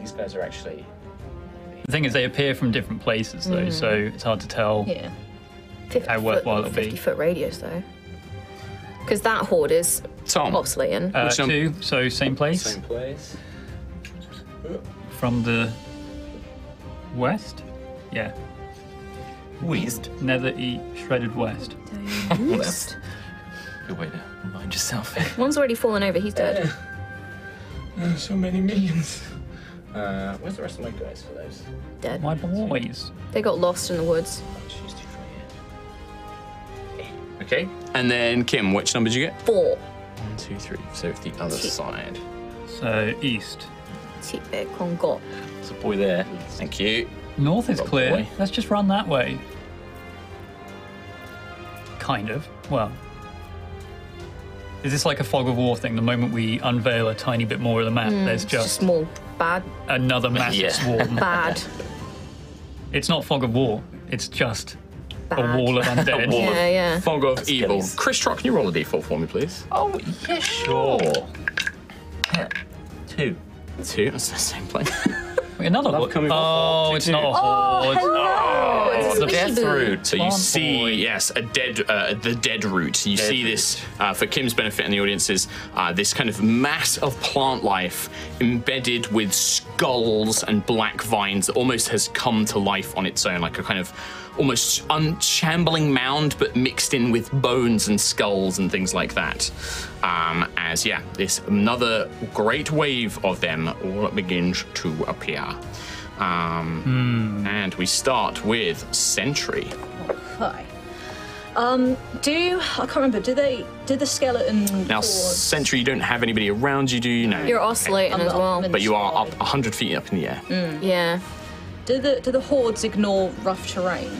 E: These guys are actually.
D: the thing is, they appear from different places though, so it's hard to tell.
C: Yeah.
A: 50
D: How worthwhile
A: foot,
D: it'll be.
A: 50 foot radius, though. Because that horde is
B: Tom,
A: obviously in.
D: Uh,
B: Which num-
D: two, so same place
F: Same place.
D: from the west. Yeah,
E: Wheezed.
D: nether e shredded west.
A: West.
E: Good way to remind yourself.
A: One's already fallen over, he's dead.
F: Uh, So many minions. Uh, where's the rest of my guys for those?
A: Dead.
D: My boys.
A: They got lost in the woods.
B: okay. And then Kim, which number did you get?
A: Four.
B: One, two, three. So it's the other side.
D: So east.
A: Tip it, con got.
E: There's a boy there.
B: Thank you.
D: North is
B: Got
D: clear.
B: boy.
D: Let's just run that way. Kind of. Well, is this like a fog of war thing? The moment we unveil a tiny bit more of the map, there's
A: Mm, It's just
D: just
A: more bad,
D: another massive
E: Yeah.
D: swarm.
A: bad,
D: It's not fog of war. It's just
A: bad.
D: a wall of undead.
E: wall.
A: Yeah, yeah.
B: Fog of evil.
E: Achilles.
B: Chris Trock, can you roll a d4 for me, please?
E: Oh, yeah, sure. Two.
B: Two. That's the same place.
D: Wait, Another
F: Love
D: one.
F: coming off
D: Oh,
F: of
D: it's
F: two.
D: not a horde.
A: Oh, it's a squishy boo.
B: So you
D: Farm
B: see,
D: boy.
B: yes, a dead, uh, the dead root. You
E: Dead
B: see this uh, for Kim's benefit and the audience's. Uh, this kind of mass of plant life embedded with skulls and black vines that almost has come to life on its own, like a kind of almost unshambling mound, but mixed in with bones and skulls and things like that. Um, as yeah, this another great wave of them all begins to appear. Um, and we start with Sentry.
C: Hi. Um, do I can't remember, do they do the skeleton
B: Now,
C: hordes-
B: Sentry, you don't have anybody around you, do you? No.
A: You're oscillating
C: I'm
A: as
C: not
A: well.
C: in
B: but you are
C: sky.
B: up 100 feet up in the air.
A: Yeah.
C: Do the do the hordes ignore rough terrain?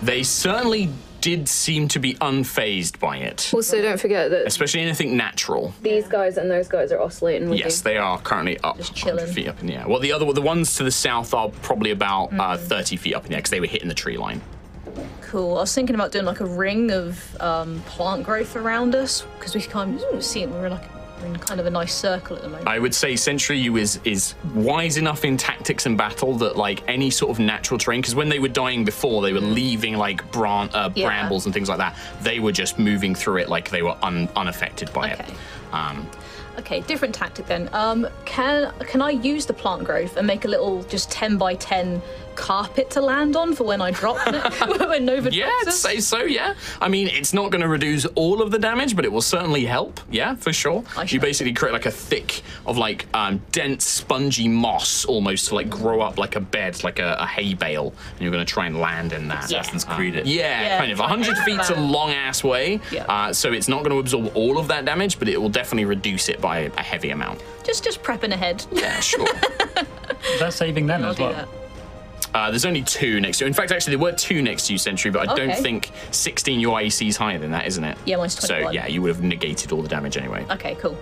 B: They certainly did seem to be unfazed by it,
A: Also, don't forget that
B: especially anything natural.
A: these guys and those guys are oscillating with
B: Yes, they are currently up
C: Just
B: 100
C: chilling.
B: feet up in the air. Well, the other, the ones to the south are probably about uh, 30 feet up in the air because they were hitting the tree line.
C: Cool. I was thinking about doing like a ring of um, plant growth around us because we can't see it. We're in like we're in kind of a nice circle at the moment.
B: I would say Sentry you is is wise enough in tactics and battle that like any sort of natural terrain, because when they were dying before, they were leaving like bran- uh,
C: Mm. Yeah.
B: brambles and things like that. They were just moving through it like they were un- unaffected by
C: Okay.
B: it. Um,
C: Okay, different tactic then. Um, can can I use the plant growth and make a little just ten by ten carpet to land on for when I drop when Nova
B: yeah, I'd
C: drops us?
B: say so. Yeah, I mean it's not going to reduce all of the damage, but it will certainly help. Yeah, for sure. You
C: shall.
B: basically create like a thick of like um, dense spongy moss almost to like grow up like a bed, like a, a hay bale, and you're going to try and land in that.
E: Assassin's Creed it.
B: Yeah,
C: Yeah,
B: kind of.
C: try
B: 100
C: that.
B: feet's a long ass way,
C: Yeah.
B: uh, so it's not going to absorb all of that damage, but it will definitely reduce it by a heavy amount.
C: Just just prepping ahead.
B: Yeah, sure.
D: That's saving them
C: I'll
B: Oh,
D: as
C: do
D: well.
C: that.
B: uh, there's only two next to you. In fact, actually, there were two next to you, Sentry, but I don't
C: Okay.
B: think 16 your AC is higher than that, isn't it?
C: Yeah, mine's
B: So,
C: 21.
B: yeah, you would have negated all the damage anyway.
C: Okay, cool.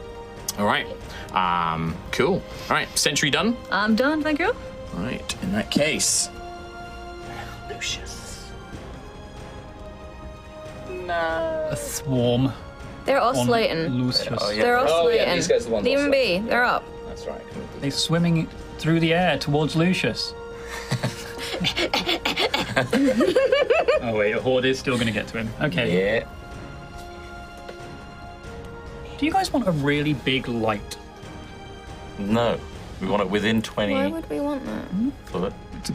B: All right. Um, cool. All right, Sentry done?
C: I'm done. Thank you.
B: All right, in that case. Lucius.
D: A swarm.
A: They're
D: on
A: oscillating.
D: Lucius.
A: They're
F: Oh,
A: oscillating.
F: yeah, these guys are the ones
A: Leave 'em be.
F: oscillating.
A: They're up.
F: That's right. I couldn't-
D: They're swimming through the air towards Lucius. oh wait, a horde is still going to get to him. Okay.
E: Yeah.
D: Do you guys want a really big light?
E: No. We want it within 20
A: Why would we want that?
E: foot.
D: It's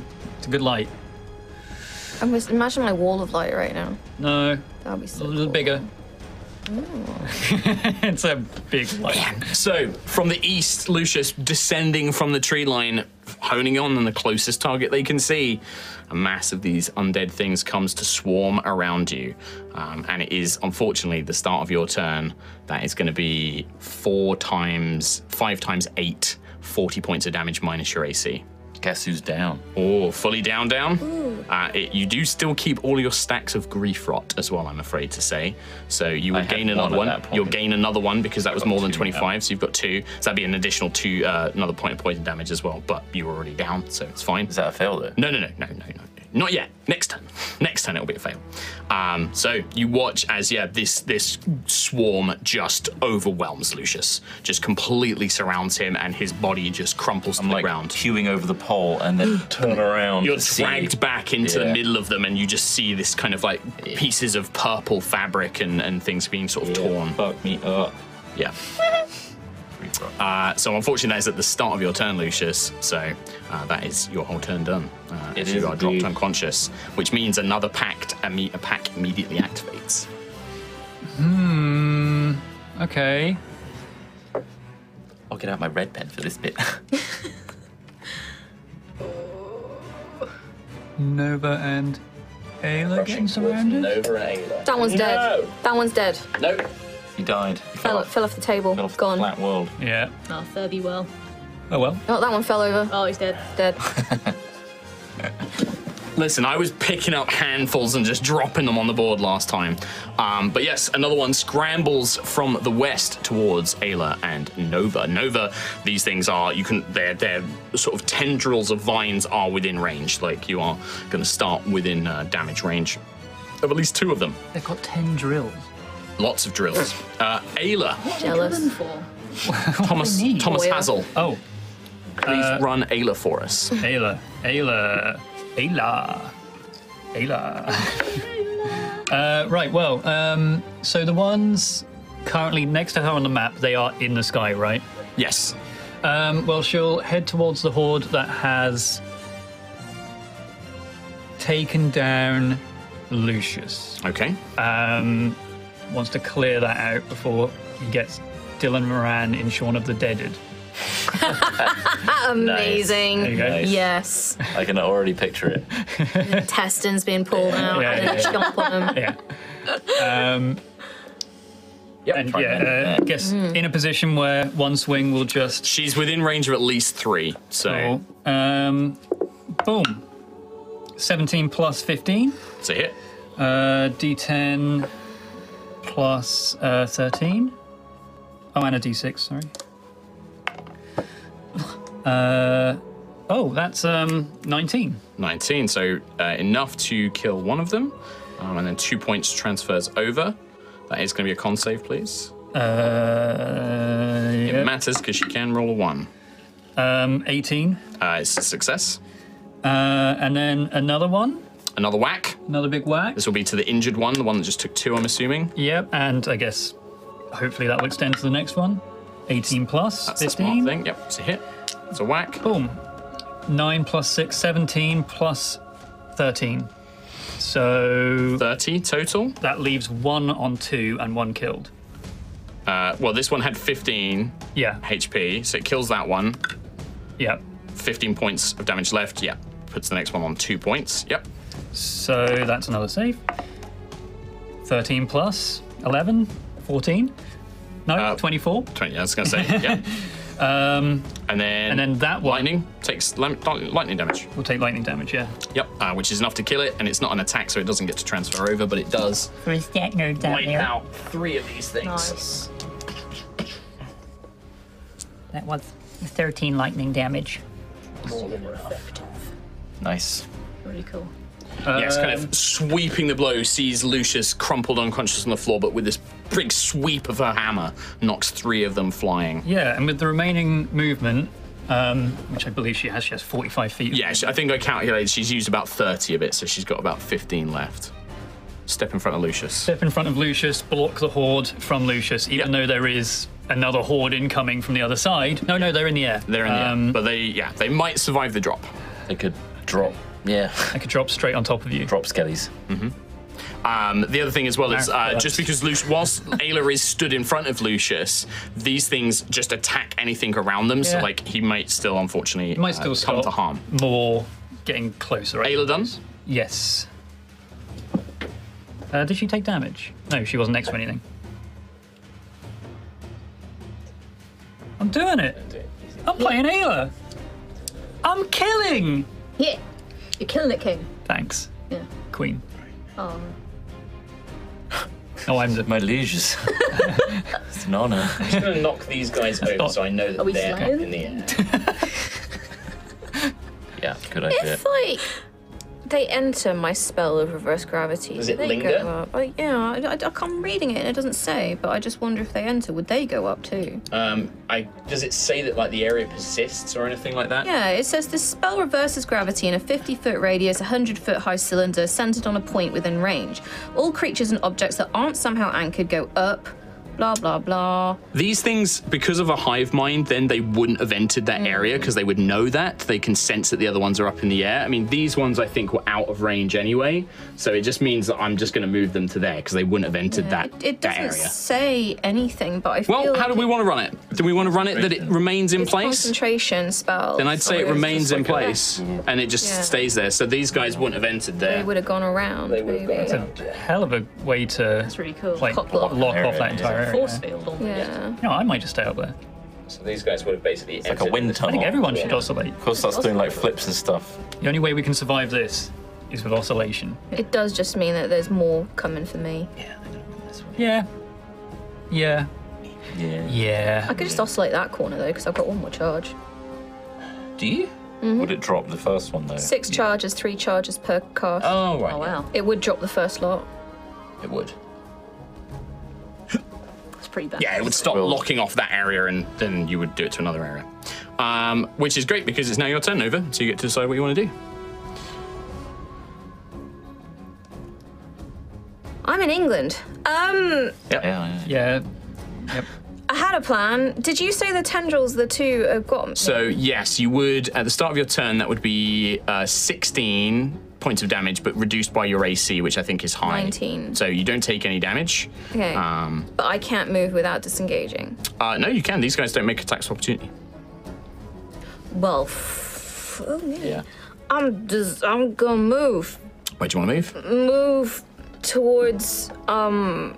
D: a good light.
A: I'm just imagine my wall of light right now.
D: No,
A: That'd be
D: a
A: so
D: little
A: cool.
D: bigger. it's a big light.
B: So, from the east, Lucius descending from the tree line, honing on on the closest target they can see, a mass of these undead things comes to swarm around you. Um, and it is, unfortunately, the start of your turn. That is going to be four times, five times eight, 40 points of damage minus your AC.
E: Guess who's down?
B: Oh, fully down, down. Uh, it, you do still keep all your stacks of grief rot as well. I'm afraid to say. So you would
E: had
B: gain
E: one
B: another
E: at
B: one.
E: that point.
B: You'll gain another one because that was
E: got
B: more than
E: two now.
B: 25. So you've got two. So that'd be an additional two, uh, another point of poison damage as well. But you were already down, so it's fine.
E: Is that a fail though?
B: No, no, no, no, no, no. Not yet. Next turn. Next turn it'll be a fail. Um, so you watch as yeah, this this swarm just overwhelms Lucius, just completely surrounds him, and his body just crumples to
E: I'm
B: the
E: like
B: ground.
E: queuing over the pole and then turn around.
B: You're
E: to see-
B: dragged back into the
E: Yeah.
B: middle of them, and you just see this kind of like pieces of purple fabric and, and things being sort of
E: Yeah,
B: torn.
E: Fuck me up.
B: Yeah. Uh, so unfortunately, that's at the start of your turn, Lucius. So uh, that is your whole turn done. Uh,
E: It
B: if you
E: is
B: are dropped
E: indeed.
B: unconscious, which means another pact, a, me- a pack immediately activates.
D: Hmm. Okay.
E: I'll get out my red pen for this bit.
D: Nova and Ayla getting surrounded.
E: Nova and Ayla.
A: That one's dead.
E: No.
A: That one's dead.
E: Nope. He died. He
A: Fell,
E: off-
A: fell off the table.
E: fell off the
A: Gone.
E: Flat world.
D: Yeah.
C: Oh, fare thee well.
D: Oh well.
A: Oh, that one fell over.
C: Oh, he's dead.
A: Dead.
B: Listen, I was picking up handfuls and just dropping them on the board last time. Um, but yes, another one scrambles from the west towards Ayla and Nova. Nova, these things are you can they're they're sort of tendrils of vines are within range. Like you are going to start within uh, damage range of at least two of them.
D: They've got ten drills.
B: Lots of drills. Uh, Ayla,
A: Jealous.
C: for?
B: Thomas,
D: need?
B: Thomas
A: Oh, yeah.
B: Hazel,
D: Oh,
B: please
D: Uh,
B: run Ayla for us.
D: Ayla, Ayla, Ayla, Ayla. uh, right. Well, um, so the ones currently next to her on the map, they are in the sky, right?
B: Yes.
D: Um, well, she'll head towards the horde that has taken down Lucius.
B: Okay.
D: Um, wants to clear that out before he gets Dylan Moran in Shaun of the Deaded.
A: Amazing.
D: There you go.
E: Nice.
A: Yes.
E: I can already picture it.
A: Intestines being pulled out
D: Yeah,
A: and then
D: yeah,
A: chomp on them.
D: Yeah. Um,
E: Yep.
D: and
E: try
D: yeah,
E: that.
D: uh, I guess in a position where one swing will just
B: She's within range of at least three. So.
D: Cool. Um, boom. 17 plus 15.
B: It's a hit.
D: Uh, D10 plus uh, 13. Oh, and a D6, sorry. Uh, oh, that's um, 19.
B: 19, so uh, enough to kill one of them. Um, and then two points transfers over. That is going to be a con save, please.
D: Uh,
B: It
D: yeah.
B: matters because she can roll a one.
D: um, 18.
B: Uh, it's a success.
D: Uh, and then another one.
B: Another whack.
D: Another big whack.
B: This will be to the injured one, the one that just took two, I'm assuming.
D: Yep, and I guess hopefully that will extend to the next one. 18 plus
B: That's a
D: 15.
B: smart thing. Yep, it's a hit. It's a whack.
D: Boom. 9 plus 6, 17 plus 13. So
B: 30 total.
D: that leaves one on two and one killed.
B: Uh, well, this one had 15
D: Yeah,
B: HP, so it kills that one.
D: yeah.
B: 15 points of damage left. Yep. Puts the next one on two points. Yep.
D: So that's another save. 13 plus 11, 14. No,
B: Uh,
D: 24.
B: 20, I was going to say. Yep.
D: Um,
B: And then.
D: and then that one
B: Lightning takes lim- lightning damage.
D: will take lightning damage, yeah.
B: Yep, uh, which is enough to kill it, and it's not an attack, so it doesn't get to transfer over, but it does.
G: for a stat nerd down there.
B: three of these things.
C: Nice.
G: That was 13 lightning damage.
E: Nice.
C: Really cool.
B: Yes, kind of sweeping the blow, sees Lucius crumpled unconscious on the floor, but with this big sweep of her hammer, knocks three of them flying.
D: Yeah, and with the remaining movement, um, which I believe she has, she has 45 feet. of
B: Yeah, she- I think I calculated she's used about 30 of it, so she's got about 15 left. Step in front of Lucius.
D: step in front of Lucius, block the horde from Lucius, even
B: Yeah.
D: though there is another horde incoming from the other side. No, no, they're in the air.
B: They're in the
D: Um,
B: air, but they, yeah, they might survive the drop.
E: They could drop. Yeah.
D: I could drop straight on top of you.
E: Drop skellies.
B: Uh, Um, the other thing as well is
D: Alright,
B: uh,
D: well,
B: just because Lucius, whilst Ayla is stood in front of Lucius, these things just attack anything around them. So
D: Yeah.
B: like he might still, unfortunately,
D: It might
B: uh,
D: still
B: come
D: stop
B: to harm.
D: more getting closer. Right?
B: Ayla done.
D: Yes. Uh, did she take damage? No, she wasn't next to anything. I'm doing it. I'm playing Ayla. I'm killing.
C: Yeah. You're killing it, King.
D: Thanks,
C: Yeah.
D: Queen.
C: Oh.
D: Oh, I'm the.
E: My lieges. it's an honor.
H: I'm going to knock these guys over so I know
C: Are we
H: that they're up
C: flying?
H: in the air.
E: Yeah, good idea.
A: It's like they enter my spell of reverse gravity.
H: Does
A: Do
H: it
A: they
H: linger?
A: Go up? Like, yeah, I, I, I am reading it and it doesn't say, but I just wonder if they enter, would they go up too?
H: Um, I, does it say that like the area persists or anything like that?
A: Yeah, it says this spell reverses gravity in a 50 foot radius, 100 foot high cylinder centered on a point within range. All creatures and objects that aren't somehow anchored go up. Blah blah blah.
B: These things, because of a hive mind, then they wouldn't have entered
A: Mm.
B: that area because they would know that. They can sense that the other ones are up in the air. I mean, these ones I think were out of range anyway. So it just means that I'm just going to move them to there because they wouldn't have entered that,
A: It, it
B: that
A: doesn't
B: area.
A: say anything, but I feel.
B: Well, how
A: like
B: do we
A: it-
B: want to run it? Do we want to run it that it remains in
A: it's a
B: place?
A: Concentration spell.
B: Then I'd say it
A: so
B: remains in
E: like a-
B: place
E: Mm-hmm.
B: and it just
A: Yeah.
B: stays there. So these guys wouldn't have entered
A: They
B: there.
A: would have gone around.
H: They would have
A: maybe.
H: gone
D: It's a hell of a way to
C: That's really cool.
D: like
C: Cock
D: lock,
C: block.
D: off that
E: Area,
D: entire area.
C: Force field almost.
A: Yeah.
D: No, I might just stay up there.
H: So these guys would have basically
E: It's like a wind
D: I
E: tunnel.
D: think everyone should
C: Yeah.
D: oscillate.
E: Of course, that's doing like flips and stuff.
D: The only way we can survive this is with oscillation.
A: It does just mean that there's more coming for me.
D: Yeah. Yeah.
E: Yeah.
A: I
D: Yeah.
A: could just oscillate that corner though, because I've got one more charge.
E: Do you? Would it drop the first one though?
A: Mm-hmm. Six charges, three charges per cast.
E: Oh right.
C: Oh wow.
A: It would drop the first lot.
E: It would.
C: That's pretty bad.
B: Yeah, it would stop
E: Well-
B: locking off that area and then you would do it to another area. Um, which is great because it's now your turn over, so you get to decide what you want to do.
A: I'm in England. Um,
E: Yeah. yeah.
D: Yeah.
A: I had a plan. Did you say the tendrils, the two, have got me?
B: So, yes, you would, at the start of your turn, that would be uh, 16 points of damage, but reduced by your AC, which I think is high.
A: 19.
B: So, you don't take any damage.
A: Okay.
B: Um,
A: but I can't move without disengaging.
B: uh, no, you can. These guys don't make attacks of opportunity.
A: Well, f- oh, me.
E: Yeah.
A: I'm just, I'm gonna move,
B: Where do you want to
C: Mm-hmm.
B: move?
A: move towards um,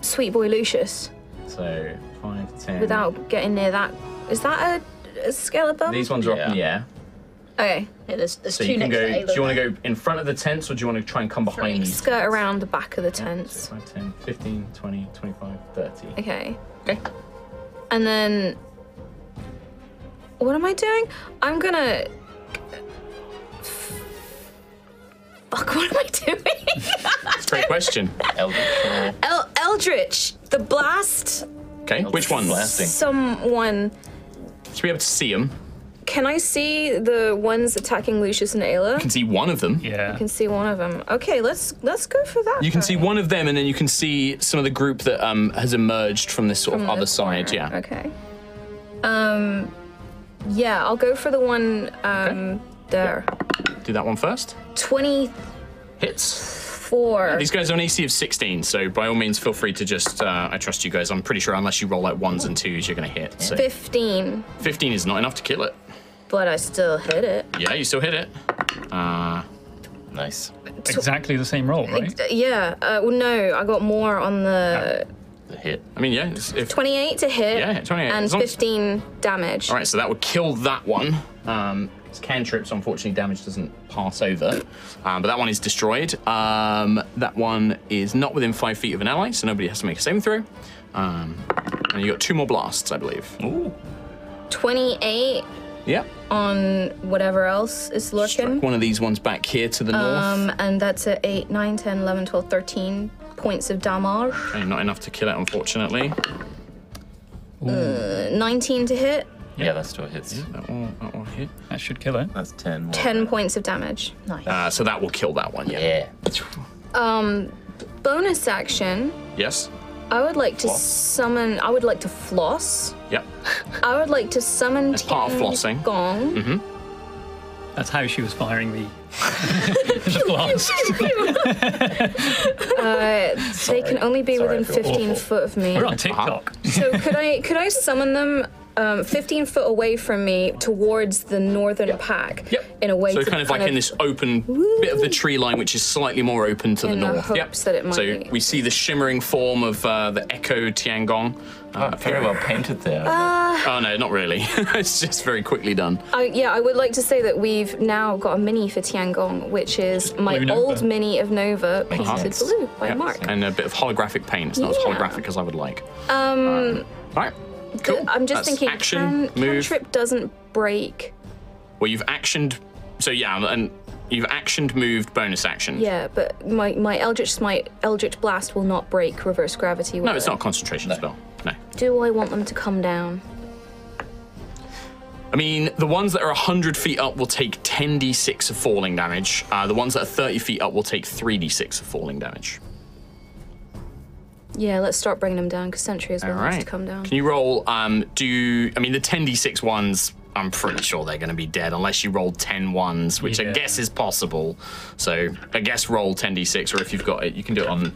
A: Sweet Boy Lucius
H: So five, ten.
A: without getting near that. Is that a, a skeleton?
H: These ones are up in the air.
A: Okay.
C: Yeah, there's there's
H: So
C: two
H: you can
C: next
H: go.
C: to Ayla.
H: Do you want to go in front of the tents or do you want to try and come behind these?
A: Skirt around the back of the tent.
H: 5, 10, 15, 20, 25, 30.
A: Okay. Okay. And then. What am I doing? I'm gonna. Fuck, what am I doing?
B: That's a great question.
E: Elder claw.
A: El- Eldritch, the blast,
B: Okay, which one?
E: blasting.
A: someone.
B: To be able to see them, you
A: Can I see the ones attacking Lucius and Ayla?
B: can see one of them.
D: Yeah.
A: I can see one of them. Okay, let's let's go for that.
B: You can see
A: guy.
B: one of them, and then you can see some of the group that um, has emerged from this sort of
A: From
B: other
A: this
B: side. Yeah.
A: corner. Okay. Um. Yeah, I'll go for the one um there.
B: Do that one first.
A: Twenty
B: Hits.
A: four.
B: These guys are an AC of 16, so by all means, feel free to just. Uh, I trust you guys. I'm pretty sure unless you roll like ones and twos, you're going to hit. So
A: 15,
B: 15 is not enough to kill it.
A: but I still hit it.
B: Yeah, you still hit it. Uh,
E: Nice.
D: Exactly the same roll, right?
A: Yeah, uh, well, no, I got more on the
E: The hit.
B: I mean, yeah. it's- If,
A: 28 to hit.
B: Yeah, 28,
A: And
B: as long as-
A: 15 damage.
B: all right, so that would kill that one. Um, it's cantrips. Unfortunately, damage doesn't pass over, um, but that one is destroyed. Um, that one is not within five feet of an ally, so nobody has to make a saving throw. Um, and you got two more blasts, I believe.
A: 28
B: Yep.
A: on whatever else is lurking.
B: One of these ones back here to the north.
A: Um, and that's at 8, 9, 10, 11, 12, 13 points of damage.
B: Okay, not enough to kill it, unfortunately.
A: 19 to hit,
E: Yeah, that still hits.
B: That one, that one hit.
D: That should kill it.
E: That's ten. more.
A: 10 points of damage.
B: Uh, so that will kill that one. Yeah.
E: Yeah.
A: Bonus action.
B: Yes.
A: I would like to
B: Floss.
A: summon. I would like to floss.
B: Yep.
A: I would like to summon
B: That's part of
A: Tian
B: flossing.
A: Gong.
D: That's how she was firing the Just glance.
A: Uh, They can only be
E: Sorry, I
A: within
E: feel
A: 15
E: awful.
A: foot of me.
D: We're on TikTok.
A: So could I could I summon them um, 15 foot away from me towards the northern pack
B: Yep.
A: in a way
B: So
A: to
B: kind of like in this open bit of the tree line, which is slightly more open to the
A: In the
B: north.
A: hopes that it
B: So
A: might-
B: we see the shimmering form of uh, the Echo Tiangong. Uh,
E: Oh, very well painted there.
B: Oh no, not really. it's just very quickly done.
A: I, yeah, I would like to say that we've now got a mini for Tiangong, which is my
D: blue Nova.
A: old mini of Nova painted
E: sense.
A: blue by
B: Yeah.
A: Mark.
B: And a bit of holographic paint. It's not as
A: Yeah.
B: holographic as I would like. Um. all right. Cool.
A: I'm just
B: That's
A: thinking,
B: Action.
A: can,
B: move.
A: trip doesn't break.
B: Well, you've actioned. So yeah, and you've actioned, moved, bonus action.
A: Yeah, but my, my Eldritch Smite, Eldritch Blast will not break reverse gravity.
B: No,
A: will
B: it's
A: it?
B: not a concentration spell. No.
A: Do I want them to come down?
B: I mean, the ones that are 100 feet up will take 10d6 of falling damage. Uh, the ones that are 30 feet up will take 3d6 of falling damage.
A: Yeah, let's start bringing them down because Sentry as well
B: All
A: wants
B: right.
A: to come down.
B: Can you roll? Um, do I mean the 10d6 ones? I'm pretty sure they're going to be dead unless you roll 10 ones, which I
D: Yeah.
B: guess is possible. So I guess roll 10d6, or if you've got it, you can do it on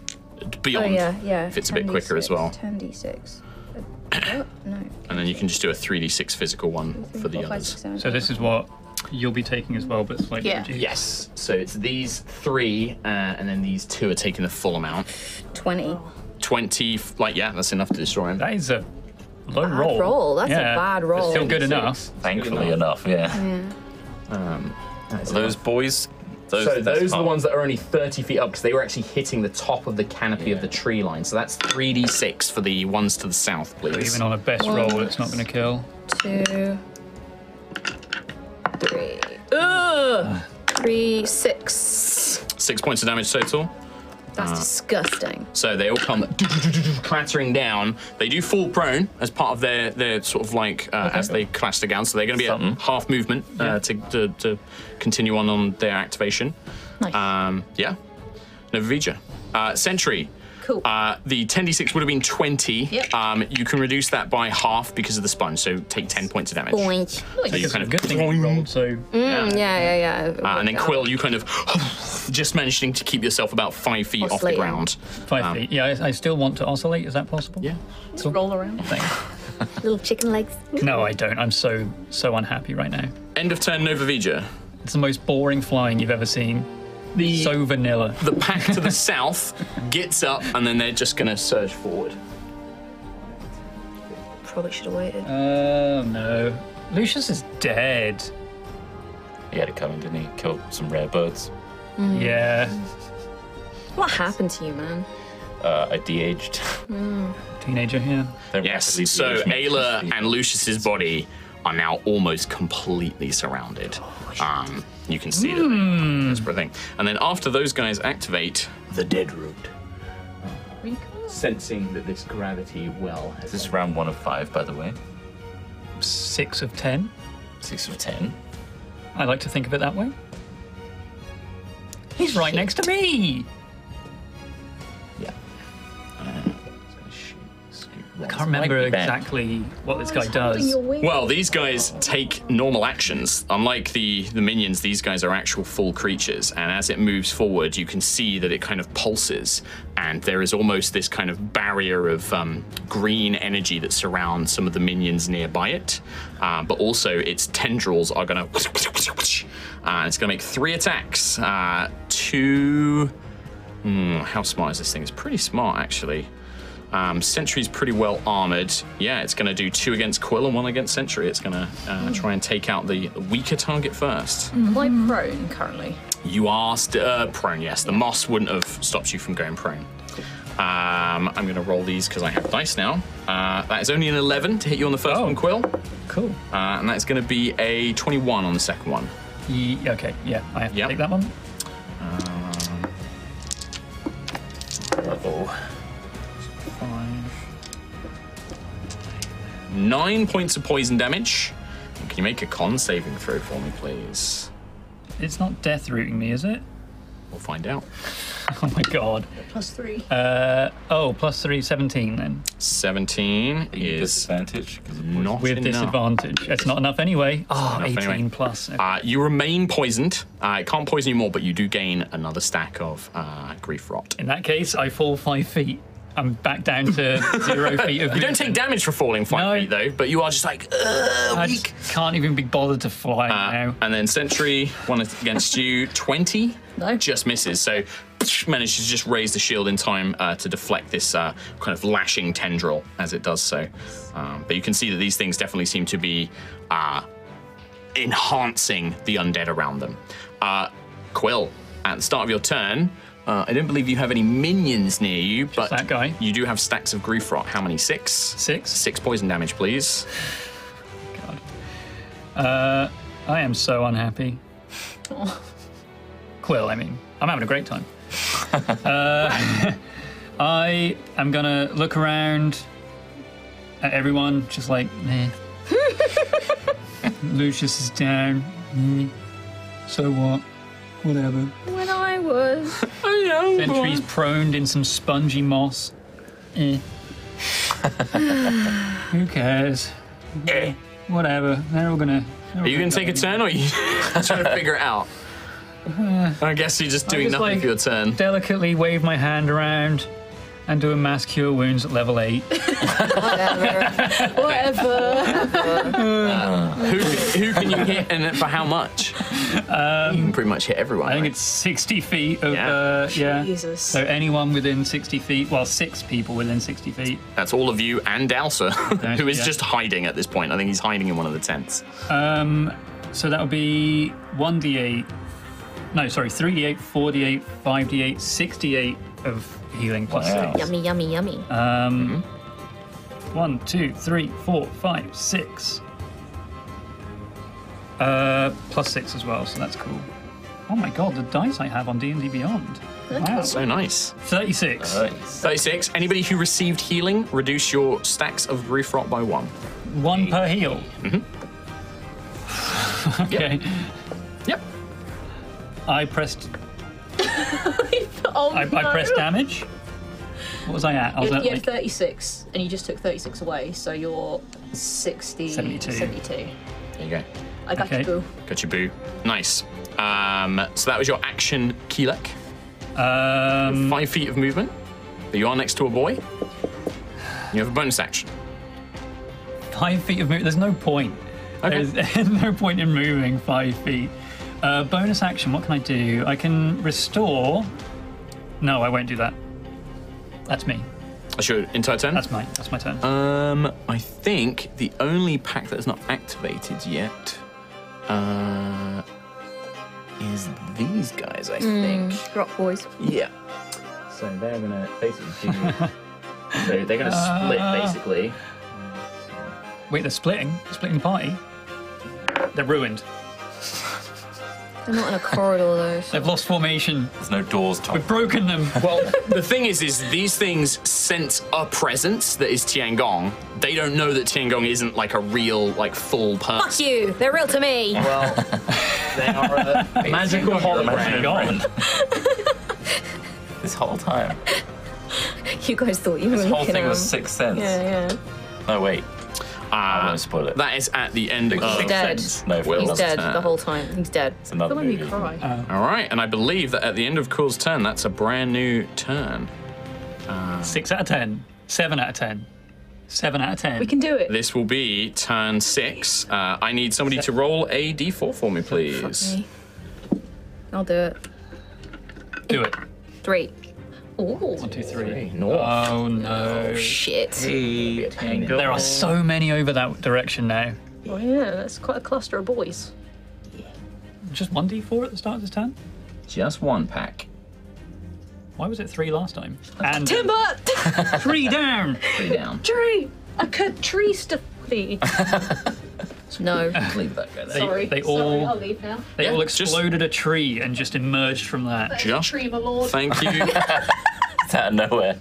B: beyond.
A: Oh yeah, yeah.
B: If it's a bit quicker as well,
A: Ten d six. Uh, oh, No.
B: and then you can just do a 3d6 physical one for the others.
D: So this is what you'll be taking as well, but slightly
C: Yeah.
D: reduced.
B: Yes. So it's these three, uh, and then these two are taking the full amount.
A: twenty.
B: 20, f- like, yeah, that's enough to destroy him.
D: That is a low roll.
A: roll. That's a bad
D: but
A: roll.
D: Still good enough.
E: Thankfully enough, yeah. those boys. Those,
B: So
E: that's
B: those are the
E: hard.
B: ones that are only 30 feet up because they were actually hitting the top of the canopy of the tree line. So that's 3d6 for the ones to the south, please.
D: Even on a best roll, it's not going to kill.
A: Two. Three. Ugh. Three six.
B: Six points of damage total.
A: That's
B: Ah.
A: disgusting.
B: So they all come clattering down. They do fall prone as part of their, their sort of like uh, as they clatter down. So they're going to be at
E: Something.
B: half movement uh, to, to, to continue on on their activation.
C: Nice.
B: Um, yeah. Novavija. Uh, Sentry.
C: cool.
B: Uh, the 10d6 would have been 20.
C: Yep.
B: Um, you can reduce that by half because of the sponge, so take 10 points of damage.
A: Boink.
B: So you
D: It's
B: kind
D: a
B: of
D: good thing it rolled, so
A: Mm, yeah, yeah, yeah.
B: Uh, and then Quill, you kind of just managing to keep yourself about five feet off the
A: Oscillating.
B: ground.
D: five feet. Yeah, I, I still want to oscillate. Is that possible?
B: Yeah.
C: Roll around.
A: Little chicken legs.
D: No, I don't. I'm so so unhappy right now.
B: End of turn, Novavija.
D: It's the most boring flying you've ever seen.
B: The
D: So vanilla.
B: the pack to the south gets up, and then they're just going to surge forward.
A: Probably should have waited.
D: Oh no, Lucius is dead.
E: He had it coming, didn't he? Killed some rare birds.
D: Hmm. Yeah,
A: what happened to you, man?
E: Uh, I de-aged.
D: teenager here.
E: They're rapidly
B: Yes. So
E: de-aging.
B: Ayla and Lucius's body are now almost completely surrounded. Um, you can see that they- that's the thing. And then after those guys activate, the dead root.
F: Sensing that this gravity well has
E: This is round one of five, by the way.
D: Six of ten.
E: Six of ten.
D: I like to think of it that way. He's right next to me.
E: Yeah. Uh, shoot, scoot,
D: I can't remember
E: Might be bad.
D: exactly what this guy does.
B: Well, these guys take normal actions. Unlike the, the minions, these guys are actual full creatures. And as it moves forward, you can see that it kind of pulses. And there is almost this kind of barrier of um, green energy that surrounds some of the minions nearby it. Uh, but also, its tendrils are going to. Uh, it's going to make three attacks. Uh, two. Hmm, how smart is this thing? It's pretty smart, actually. Um, Sentry's pretty well armored. Yeah, it's going to do two against Quill and one against Sentry. It's going to uh, try and take out the weaker target first.
C: Am I prone currently?
B: You are st- uh, prone, yes. The moss wouldn't have stopped you from going prone. Um, I'm going to roll these because I have dice now. Uh, that is only an 11 to hit you on the first one, Quill.
D: Cool.
B: Uh, and that's going to be a 21 on the second one.
D: Ye- okay, yeah, I have to
B: Yep.
D: take that one.
E: Uh-oh.
B: Nine points of poison damage. And Can you make a con saving throw for me, please?
D: It's not death rooting me, is it?
B: We'll find out.
D: Oh my god.
C: Plus three.
D: Oh, plus three, 17 then.
B: 17 is
E: disadvantage because of poison.
B: not
D: With
B: enough.
D: disadvantage. It's not enough anyway. Oh,
B: enough
D: 18
B: anyway.
D: plus. Okay.
B: Uh, you remain poisoned. Uh, it can't poison you more, but you do gain another stack of uh, grief rot.
D: In that case, I fall five feet. I'm back down to zero feet of
B: You don't take damage for falling five
D: No.
B: feet though, but you are just like "Ugh,
D: I
B: weak.
D: just can't even be bothered to fly now.
B: Uh, And then Sentry, one against you, 20.
C: No.
B: Just misses. So manages to just raise the shield in time uh, to deflect this uh, kind of lashing tendril as it does so. Um, but you can see that these things definitely seem to be uh, enhancing the undead around them. Uh, Quill, at the start of your turn, uh, I don't believe you have any minions near you, but
D: that guy.
B: you do have stacks of grief rot. How many? Six?
D: Six.
B: Six poison damage, please.
D: Uh, I am so unhappy. Quill, I mean, I'm having a great time. uh, I am gonna look around at everyone, just like, meh. Lucius is down. Mm. So what? Whatever.
A: When I was.
D: Sentry's proned in some spongy moss. Eh. Who cares? Eh, Whatever. They're all gonna.
B: Are you going to take a turn, or are you trying to figure it out? I guess you're just doing
D: just
B: nothing
D: like-
B: for your turn.
D: delicately wave my hand around and do a mass cure wounds at level 8.
C: Whatever.
B: Who, who can you hit and for how much? you can pretty much hit everyone.
D: Um, I think
B: right?
D: it's 60 feet of,
B: Yeah.
D: uh, yeah.
C: Jesus.
D: So anyone within 60 feet, well, six people within 60 feet.
B: That's all of you and Dowser, who is
D: yeah.
B: just hiding at this point. I think he's hiding in one of the tents.
D: Um, so that would be 1d8, no, sorry, 3d8, 4d8, 5d8, 68 of healing plus
E: Wow.
D: six.
A: Yummy, yummy, yummy.
D: Um, one, two, three, four, five, six. Uh, plus six as well, so that's cool. Oh my god, the dice I have on D and D Beyond. Wow,
B: So nice.
D: thirty-six.
E: Nice.
B: 36. Anybody who received healing, reduce your stacks of grief rot by one.
D: One per heal. okay,
B: Yep.
D: I pressed.
C: oh,
D: I, I pressed damage. What was I at? I was
C: You
D: at
C: had, you had
D: like
C: 36, and you just took 36 away, so you're 60,
D: 72.
C: 72.
B: There you go.
C: I got
D: Okay.
C: you, boo.
B: Got your boo. Nice. Um, so that was your action, Keelek.
D: um,
B: five feet of movement, but you are next to a boy. You have a bonus action.
D: five feet of movement. There's no point.
B: Okay.
D: There's no point in moving five feet. Uh, bonus action. What can I do? I can restore. No, I won't do that. That's me.
B: That's your entire turn.
D: That's mine. That's my turn.
B: um, I think the only pack that is not activated yet uh, is these guys. I think.
A: Hmm, Rock boys.
B: Yeah.
H: So they're gonna basically. do- so they're gonna split
E: Uh,
H: basically.
D: Wait, they're splitting. They're splitting the party. They're ruined.
A: They're not in a corridor though. so-
D: They've lost formation.
E: There's no doors, Tom.
D: We've broken them.
B: Well, the thing is, is these things sense a presence that is Tiangong. They don't know that Tiangong isn't like a real, like full person.
A: Fuck you! They're real to me!
H: Well, they are a magical hologram.
D: Oh God.
E: This whole time.
A: You guys thought you were
E: This whole
A: looking
E: thing
A: at
E: was
A: them.
E: sixth sense.
A: Yeah, yeah.
E: No, wait. I
B: Uh,
E: won't spoil it.
B: that is at the end of.
A: Ah, He's dead.
E: No, Will.
A: He's dead
B: turn.
A: the whole time. He's dead.
E: It's another
C: That made
E: movie.
C: me cry.
D: Uh,
B: All right, and I believe that at the end of Cool's turn, that's a brand new turn.
D: Six out of ten. Seven out of ten. Seven out of ten.
C: We can do it.
B: This will be turn six. Uh, I need somebody to roll a d4 for me, please.
A: Me. I'll do it.
D: do it.
A: Three.
D: One, two,
B: Hey,
D: three.
B: North.
D: Oh no.
A: Shit.
D: There are so many over that direction now.
C: Oh, yeah, that's quite a cluster of boys.
D: Just one d4 at the start of this turn.
E: Just one pack.
D: Why was it three last time? And
C: Timber!
D: three down.
E: Three down.
C: Tree! I cut tree stuff. Sorry.
A: No.
E: Leave that guy there.
D: they
C: Sorry,
D: all-
C: I'll leave now.
D: They all
B: Yeah, just-
D: exploded a tree and just emerged from that.
B: Just
C: Tree, my lord.
B: thank you.
E: It's out of nowhere.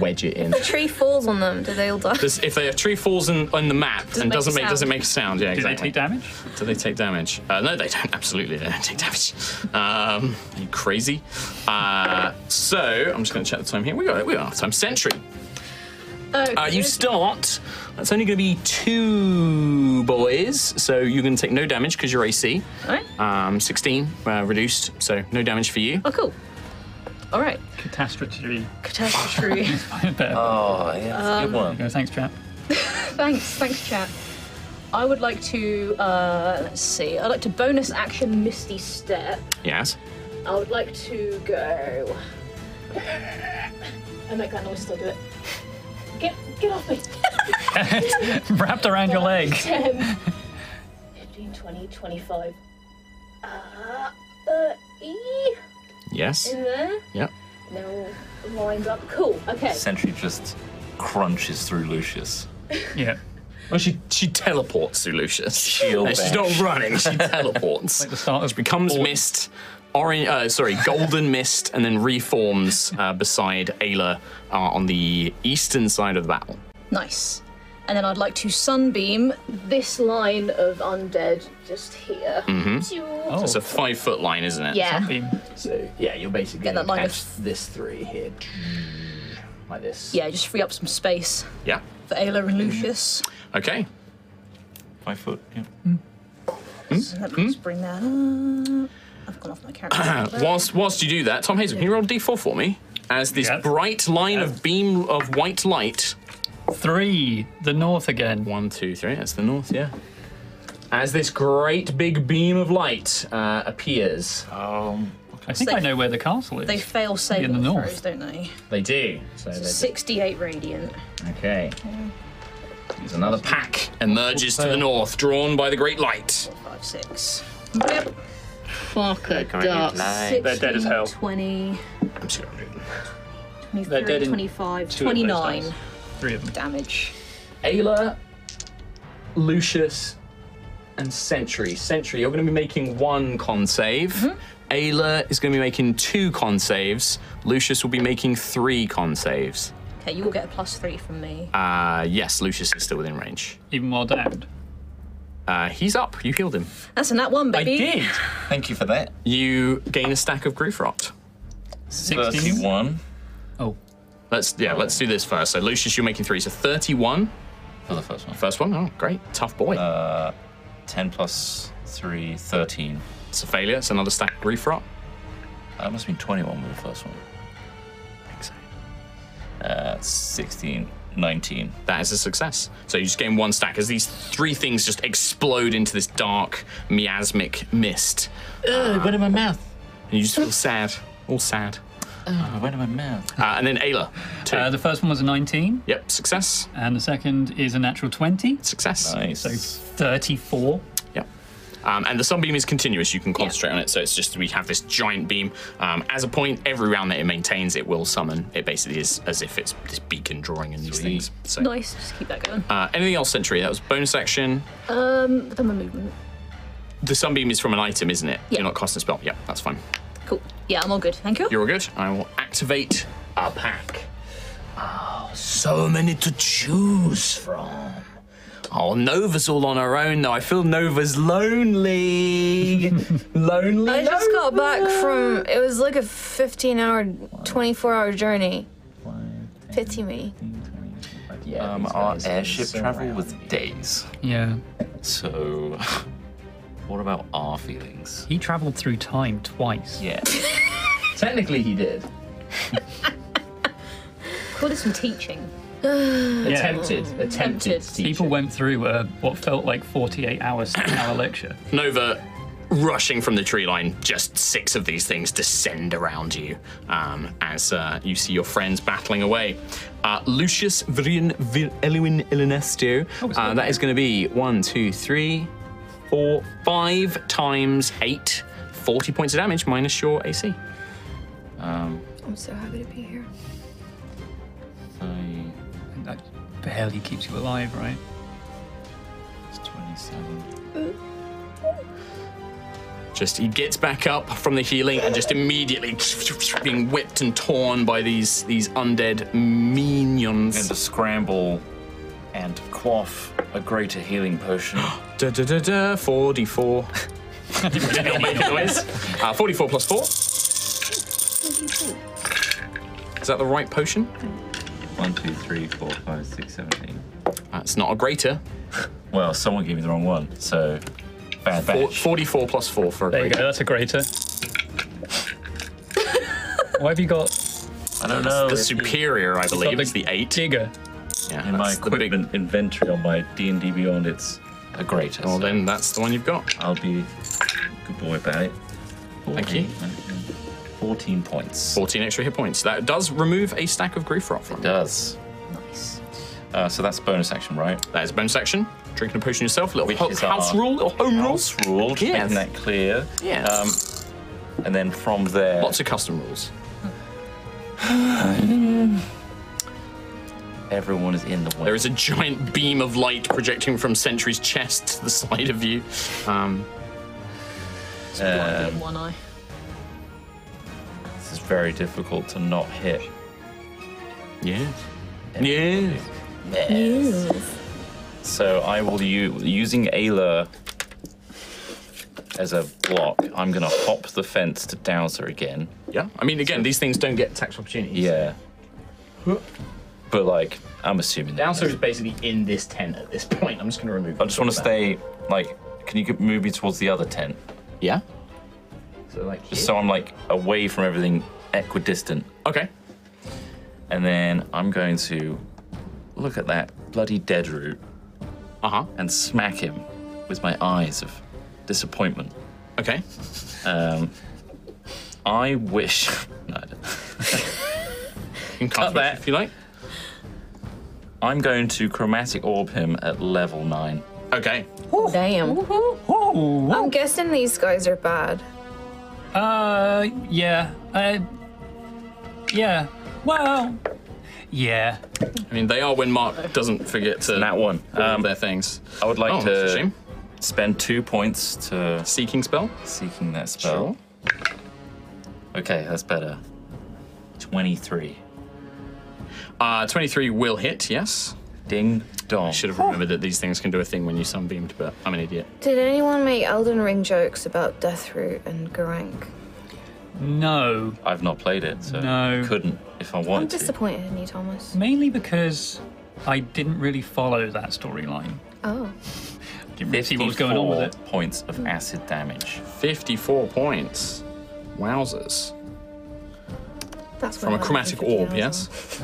B: wedge it in.
A: Tree falls on them. Do they all die?
B: Does- if a tree falls in, on the map and
A: make a
B: doesn't make doesn't
A: sound.
B: make a sound, yeah,
D: Do they
B: exactly.
D: take damage?
B: Do they take damage? Uh, no, they don't. Absolutely, they don't take damage. Um, are you crazy? Uh, so I'm just going to check the time here. We got it. We got enough time. Sentry. Uh, you start. That's only going to be two boys, so you're going to take no damage because you're AC.
C: Alright.
B: Um, 16 uh, reduced, so no damage for you.
C: Oh, cool. All right.
D: Catastrophe.
C: Catastrophe.
D: Better.
E: Oh, yeah, that's a good one.
D: Go, Thanks, chap.
C: thanks, thanks, chat. I would like to uh, let's see. I'd like to bonus action Misty Step.
B: Yes.
C: I would like to go. I make that noise. Still do it. Get get off me.
D: Wrapped around your leg.
C: 10, 15, 20, 25. Uh, 30
B: Yes.
C: in there.
B: Yep.
C: No, lined up. Cool. Okay.
E: Sentry just crunches through Lucius.
D: Yeah.
B: Well, Oh, she she teleports to Lucius.
E: Shield
B: And she's
E: bash.
B: not running. She teleports.
D: The start of
B: becomes
D: all-
B: mist, orange. Uh, sorry, golden mist, and then reforms uh, beside Ayla uh, on the eastern side of the battle.
C: Nice. And then I'd like to sunbeam this line of undead just here.
D: Oh,
B: It's a five foot line, isn't it?
C: Yeah.
D: beam.
H: So yeah, you're basically
C: Get that
H: gonna
C: line
H: catch
C: of-
H: this three here, like this.
C: Yeah, just free up some space
B: Yeah.
C: for Ayla and Lucius.
B: Okay.
E: Five foot. Yeah.
I: Hmm?
C: So let me just bring that up. I've gone off my
B: Uh,
C: character.
B: whilst whilst you do that, Tom Hazel, can you roll a d4 for me? As this
D: Yeah.
B: bright line of beam of white light.
D: Three. The north again.
B: One, two, three. That's the north. Yeah. As this great big beam of light uh, appears,
D: I think I know where the castle is.
C: they fail
D: In the
C: saving
D: north.
C: throws, don't they?
H: They do. So they
C: 68 radiant.
H: okay. There's another pack.
B: emerges to the north, drawn by the great light.
C: 5, 6. Yep.
A: Fuck a duck.
C: They're
I: dead as hell.
C: 20,
B: I'm just gonna-
C: 23,
I: in
C: 25,
I: two of those
C: 29
I: dice.
D: Three of them.
C: damage.
B: Ayla, Lucius, and Sentry. Sentry, you're going to be making one con save. Ayla is going to be making two con saves. Lucius will be making three con saves.
C: Okay, you will get a plus 3 from me.
I: Ah.
B: Uh, yes, Lucius is still within range.
D: Even while downed.
B: Uh, he's up. You killed him.
C: That's a nat 1, baby.
E: Thank you for that.
B: You gain a stack of Groove Rot.
D: 16.
E: Sixty-one
D: Oh,
B: Let's yeah, let's do this first. So Lucius, you're making three. So 31.
E: for the first one.
B: First one. Oh, great. Tough boy.
E: Ten plus three, thirteen.
B: it's a failure. It's another stack of Groove Rot.
E: That must have been twenty-one with the first one. Uh, 16, 19.
B: That is a success. So you just gain one stack as these three things just explode into this dark, miasmic mist.
H: Ugh, went in my mouth.
B: And you just feel sad, all sad.
E: Oh, went in my mouth.
B: Uh, and then Ayla, two.
D: uh, the first one was a 19,
B: yep, success,
D: and the second is a natural 20.
B: success.
D: So
E: Nice.
D: 34.
B: Yep. Um, and the sunbeam is continuous. You can concentrate on it. So it's just we have this giant beam. Um, as a point, every round that it maintains, it will summon. It basically is as if it's this beacon drawing in these things. So
C: Nice, just keep that going.
B: uh, anything else, Sentry? That was bonus action.
C: Um, but then my movement.
B: The sunbeam is from an item, isn't it?
C: Yeah.
B: You're not casting a spell. Yep, that's fine.
C: Cool. Yeah, I'm all good. Thank you.
B: You're all good. I will activate a pack. Oh, so many to choose from. Oh, Nova's all on her own though. I feel Nova's lonely. lonely.
A: I just got back from. It was like a 15 hour, 24 hour journey. Pity me.
H: Yeah.
E: Um,
H: these
E: our
H: guys are
E: airship
H: so
E: travel
H: round.
E: was days.
D: Yeah.
E: So, what about our feelings?
D: He traveled through time twice.
E: Yeah.
H: Technically, he did.
C: Call this some teaching.
H: Attempted. Attempted.
C: Attempted.
H: teaching.
D: People went through uh, what felt like 48 hours to an hour lecture.
B: Nova, rushing from the tree line, just six of these things descend around you um, as uh, you see your friends battling away. Uh, Lucius Virian Vir- Eluin Elenesto. uh, that is going to be one, two, three, four, five times eight. 40 points of damage minus your AC.
A: I'm so happy to be here.
E: I-
D: And That barely keeps you alive, right?
E: it's 27.
B: Just he gets back up from the healing and just immediately being whipped and torn by these these undead
E: And
B: minions.
E: to scramble and quaff a greater healing potion.
B: Da, da, da, da, 44. Did not make a noise. Uh, 44 plus 4. Is that the right potion?
E: One, two, three, four, five, six, seven, eight.
B: That's not a greater.
E: Well, someone gave me the wrong one, so bad
B: Four-
E: batch.
B: 44 plus 4 for a
D: There you
B: greater.
D: go. That's a greater. Why have you got,
E: I don't know.
B: The superior, I
D: got
B: believe, is the 8.
D: digger?
B: Yeah,
E: In my
B: that's the big-
E: equipment inventory on my D and D Beyond, it's a greater.
B: Well,
E: so
B: then that's the one you've got.
E: I'll be a good boy about it.
B: Thank you.
E: 14 points.
B: 14 extra hit points. That does remove a stack of grief rot from you.
E: does.
G: Nice.
E: Uh, so that's bonus action, right?
B: That is a bonus action. Drinking a potion yourself. Little
E: Which
B: ho-
E: is
B: house
E: our
B: rule, little home rules.
E: Rules ruled,
B: Yes.
E: making that clear.
B: Yes.
E: Um, and then from there,
B: Lots of custom rules.
E: everyone is in the way.
B: There is a giant beam of light projecting from Sentry's chest to the side of you. Um,
C: Blinded in one eye.
E: This is very difficult to not hit.
B: yeah. Yeah.
E: So I will u- using Ayla as a block. I'm gonna hop the fence to Dowser again.
B: Yeah. I mean, again, these things don't get tax opportunities.
E: Yeah. But like, I'm assuming that.
H: Bouncer is basically in this tent at this point. I'm just going to remove.
E: I just want to stay. Like, can you move me towards the other tent?
B: Yeah.
H: So like here.
E: Just so I'm like away from everything, equidistant.
B: Okay.
E: And then I'm going to look at that bloody dead root
B: Uh huh.
E: and smack him with my eyes of disappointment.
B: Okay.
E: Um, I wish. no, I don't.
B: You can cast
E: that.
B: if you like.
E: I'm going to chromatic orb him at level nine.
B: Okay.
A: Damn.
D: Oh,
A: I'm guessing these guys are bad.
D: uh, yeah, uh, yeah. Well, yeah.
B: I mean, they are when Mark doesn't forget to
E: That one.
B: um,
E: Um,
B: their things.
E: I would like
B: Oh, that's a
E: to
B: shame.
E: spend two points to
B: Seeking spell.
E: seeking that spell. Okay, that's better. Twenty-three.
B: Uh, 23 will hit, yes.
E: Ding dong.
B: Should have remembered that these things can do a thing when you sunbeamed, but I'm an idiot.
I: Did anyone make Elden Ring jokes about Deathroot and Garank?
D: No,
E: I've not played it, so
D: No.
E: couldn't if I
I: I'm
E: wanted to.
I: disappointed in you, Thomas.
D: mainly because I didn't really follow that storyline.
I: Oh.
D: Didn't really see what was going on with it.
E: 54 Points of acid damage.
B: 54 points. Wowzers.
I: That's
B: From a chromatic orb, yes?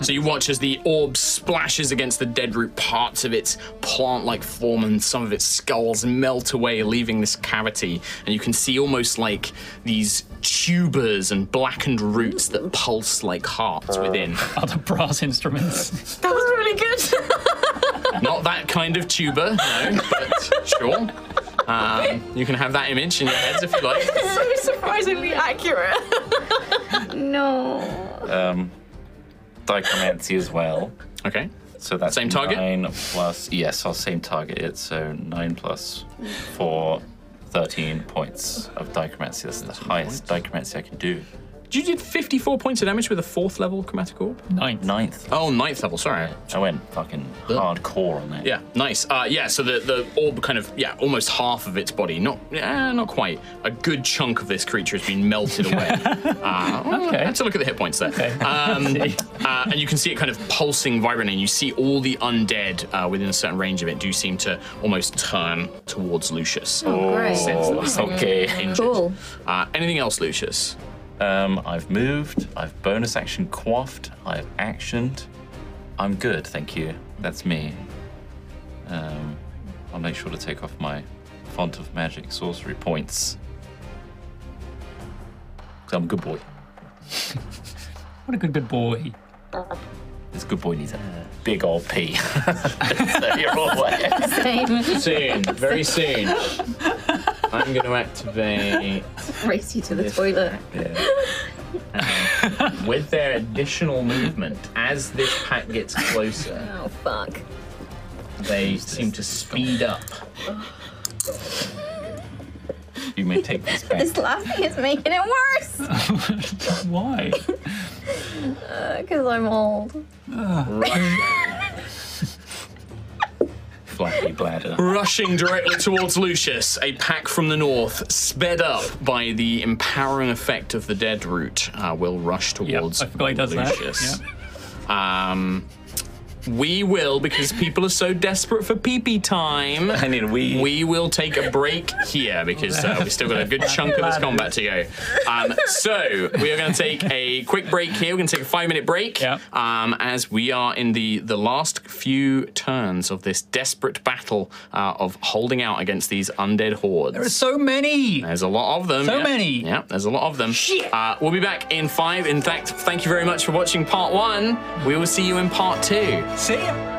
B: So you watch as the orb splashes against the dead root, parts of its plant like form and some of its skulls melt away, leaving this cavity. And you can see almost like these tubers and blackened roots that pulse like hearts within.
D: Other brass instruments.
A: That was really good.
B: Not that kind of tuba, no, but sure. Um, you can have that image in your heads if you like.
A: so surprisingly accurate.
I: No.
E: Um, dichromancy as well.
B: Okay.
E: So that's
B: Same target?
E: Nine plus yes, I'll same target it. So nine plus four, 13 points of dichromancy. That's the highest dichromancy I can do.
B: You did 54 points of damage with a fourth level chromatic orb?
D: Ninth.
E: Ninth.
B: Oh, ninth level, sorry.
E: I went fucking hardcore on that.
B: Yeah, nice. Uh, yeah, so the, the orb kind of, yeah, almost half of its body, not eh, not quite. A good chunk of this creature has been melted away. uh, okay. I had to look at the hit points there. Um, uh, and you can see it kind of pulsing, vibrant, and you see all the undead uh, within a certain range of it do seem to almost turn towards Lucius.
A: Oh,
E: Oh, okay.
A: Cool.
B: Uh, anything else, Lucius?
E: Um, I've moved. I've bonus action quaffed. I've actioned. I'm good, thank you. That's me. Um, I'll make sure to take off my font of magic sorcery points. 'Cause I'm a good boy.
D: What a good good boy.
E: This good boy needs a big old pee. so you're all aware.
H: soon, very soon. I'm going to activate
A: Race you to the toilet.
H: with their additional movement. As this pack gets closer,
A: Oh fuck.
H: they seem to speed up.
E: You may take this back.
A: This laughing is making it worse
D: Why?
A: because Uh, I'm old.
E: Flappy bladder.
B: Rushing directly towards Lucius, a pack from the north, sped up by the empowering effect of the dead root, uh, will rush
D: Yep,
B: towards
D: I forgot he does
B: Lucius.
D: that. Yep.
B: Um, we will, because people are so desperate for pee pee time.
E: I need a wee.
B: We will take a break here because uh, we've still got a good chunk of this combat to go. Um, so we are going to take a quick break here. We're going to take a five minute break
D: Yeah.
B: um, as we are in the the last few turns of this desperate battle uh, of holding out against these undead hordes.
D: There are so many.
B: There's a lot of them.
D: So
B: yeah.
D: many.
B: Yeah, there's a lot of them.
D: Shit.
B: Uh, we'll be back in five. In fact, thank you very much for watching part one. We will see you in part two.
D: See ya.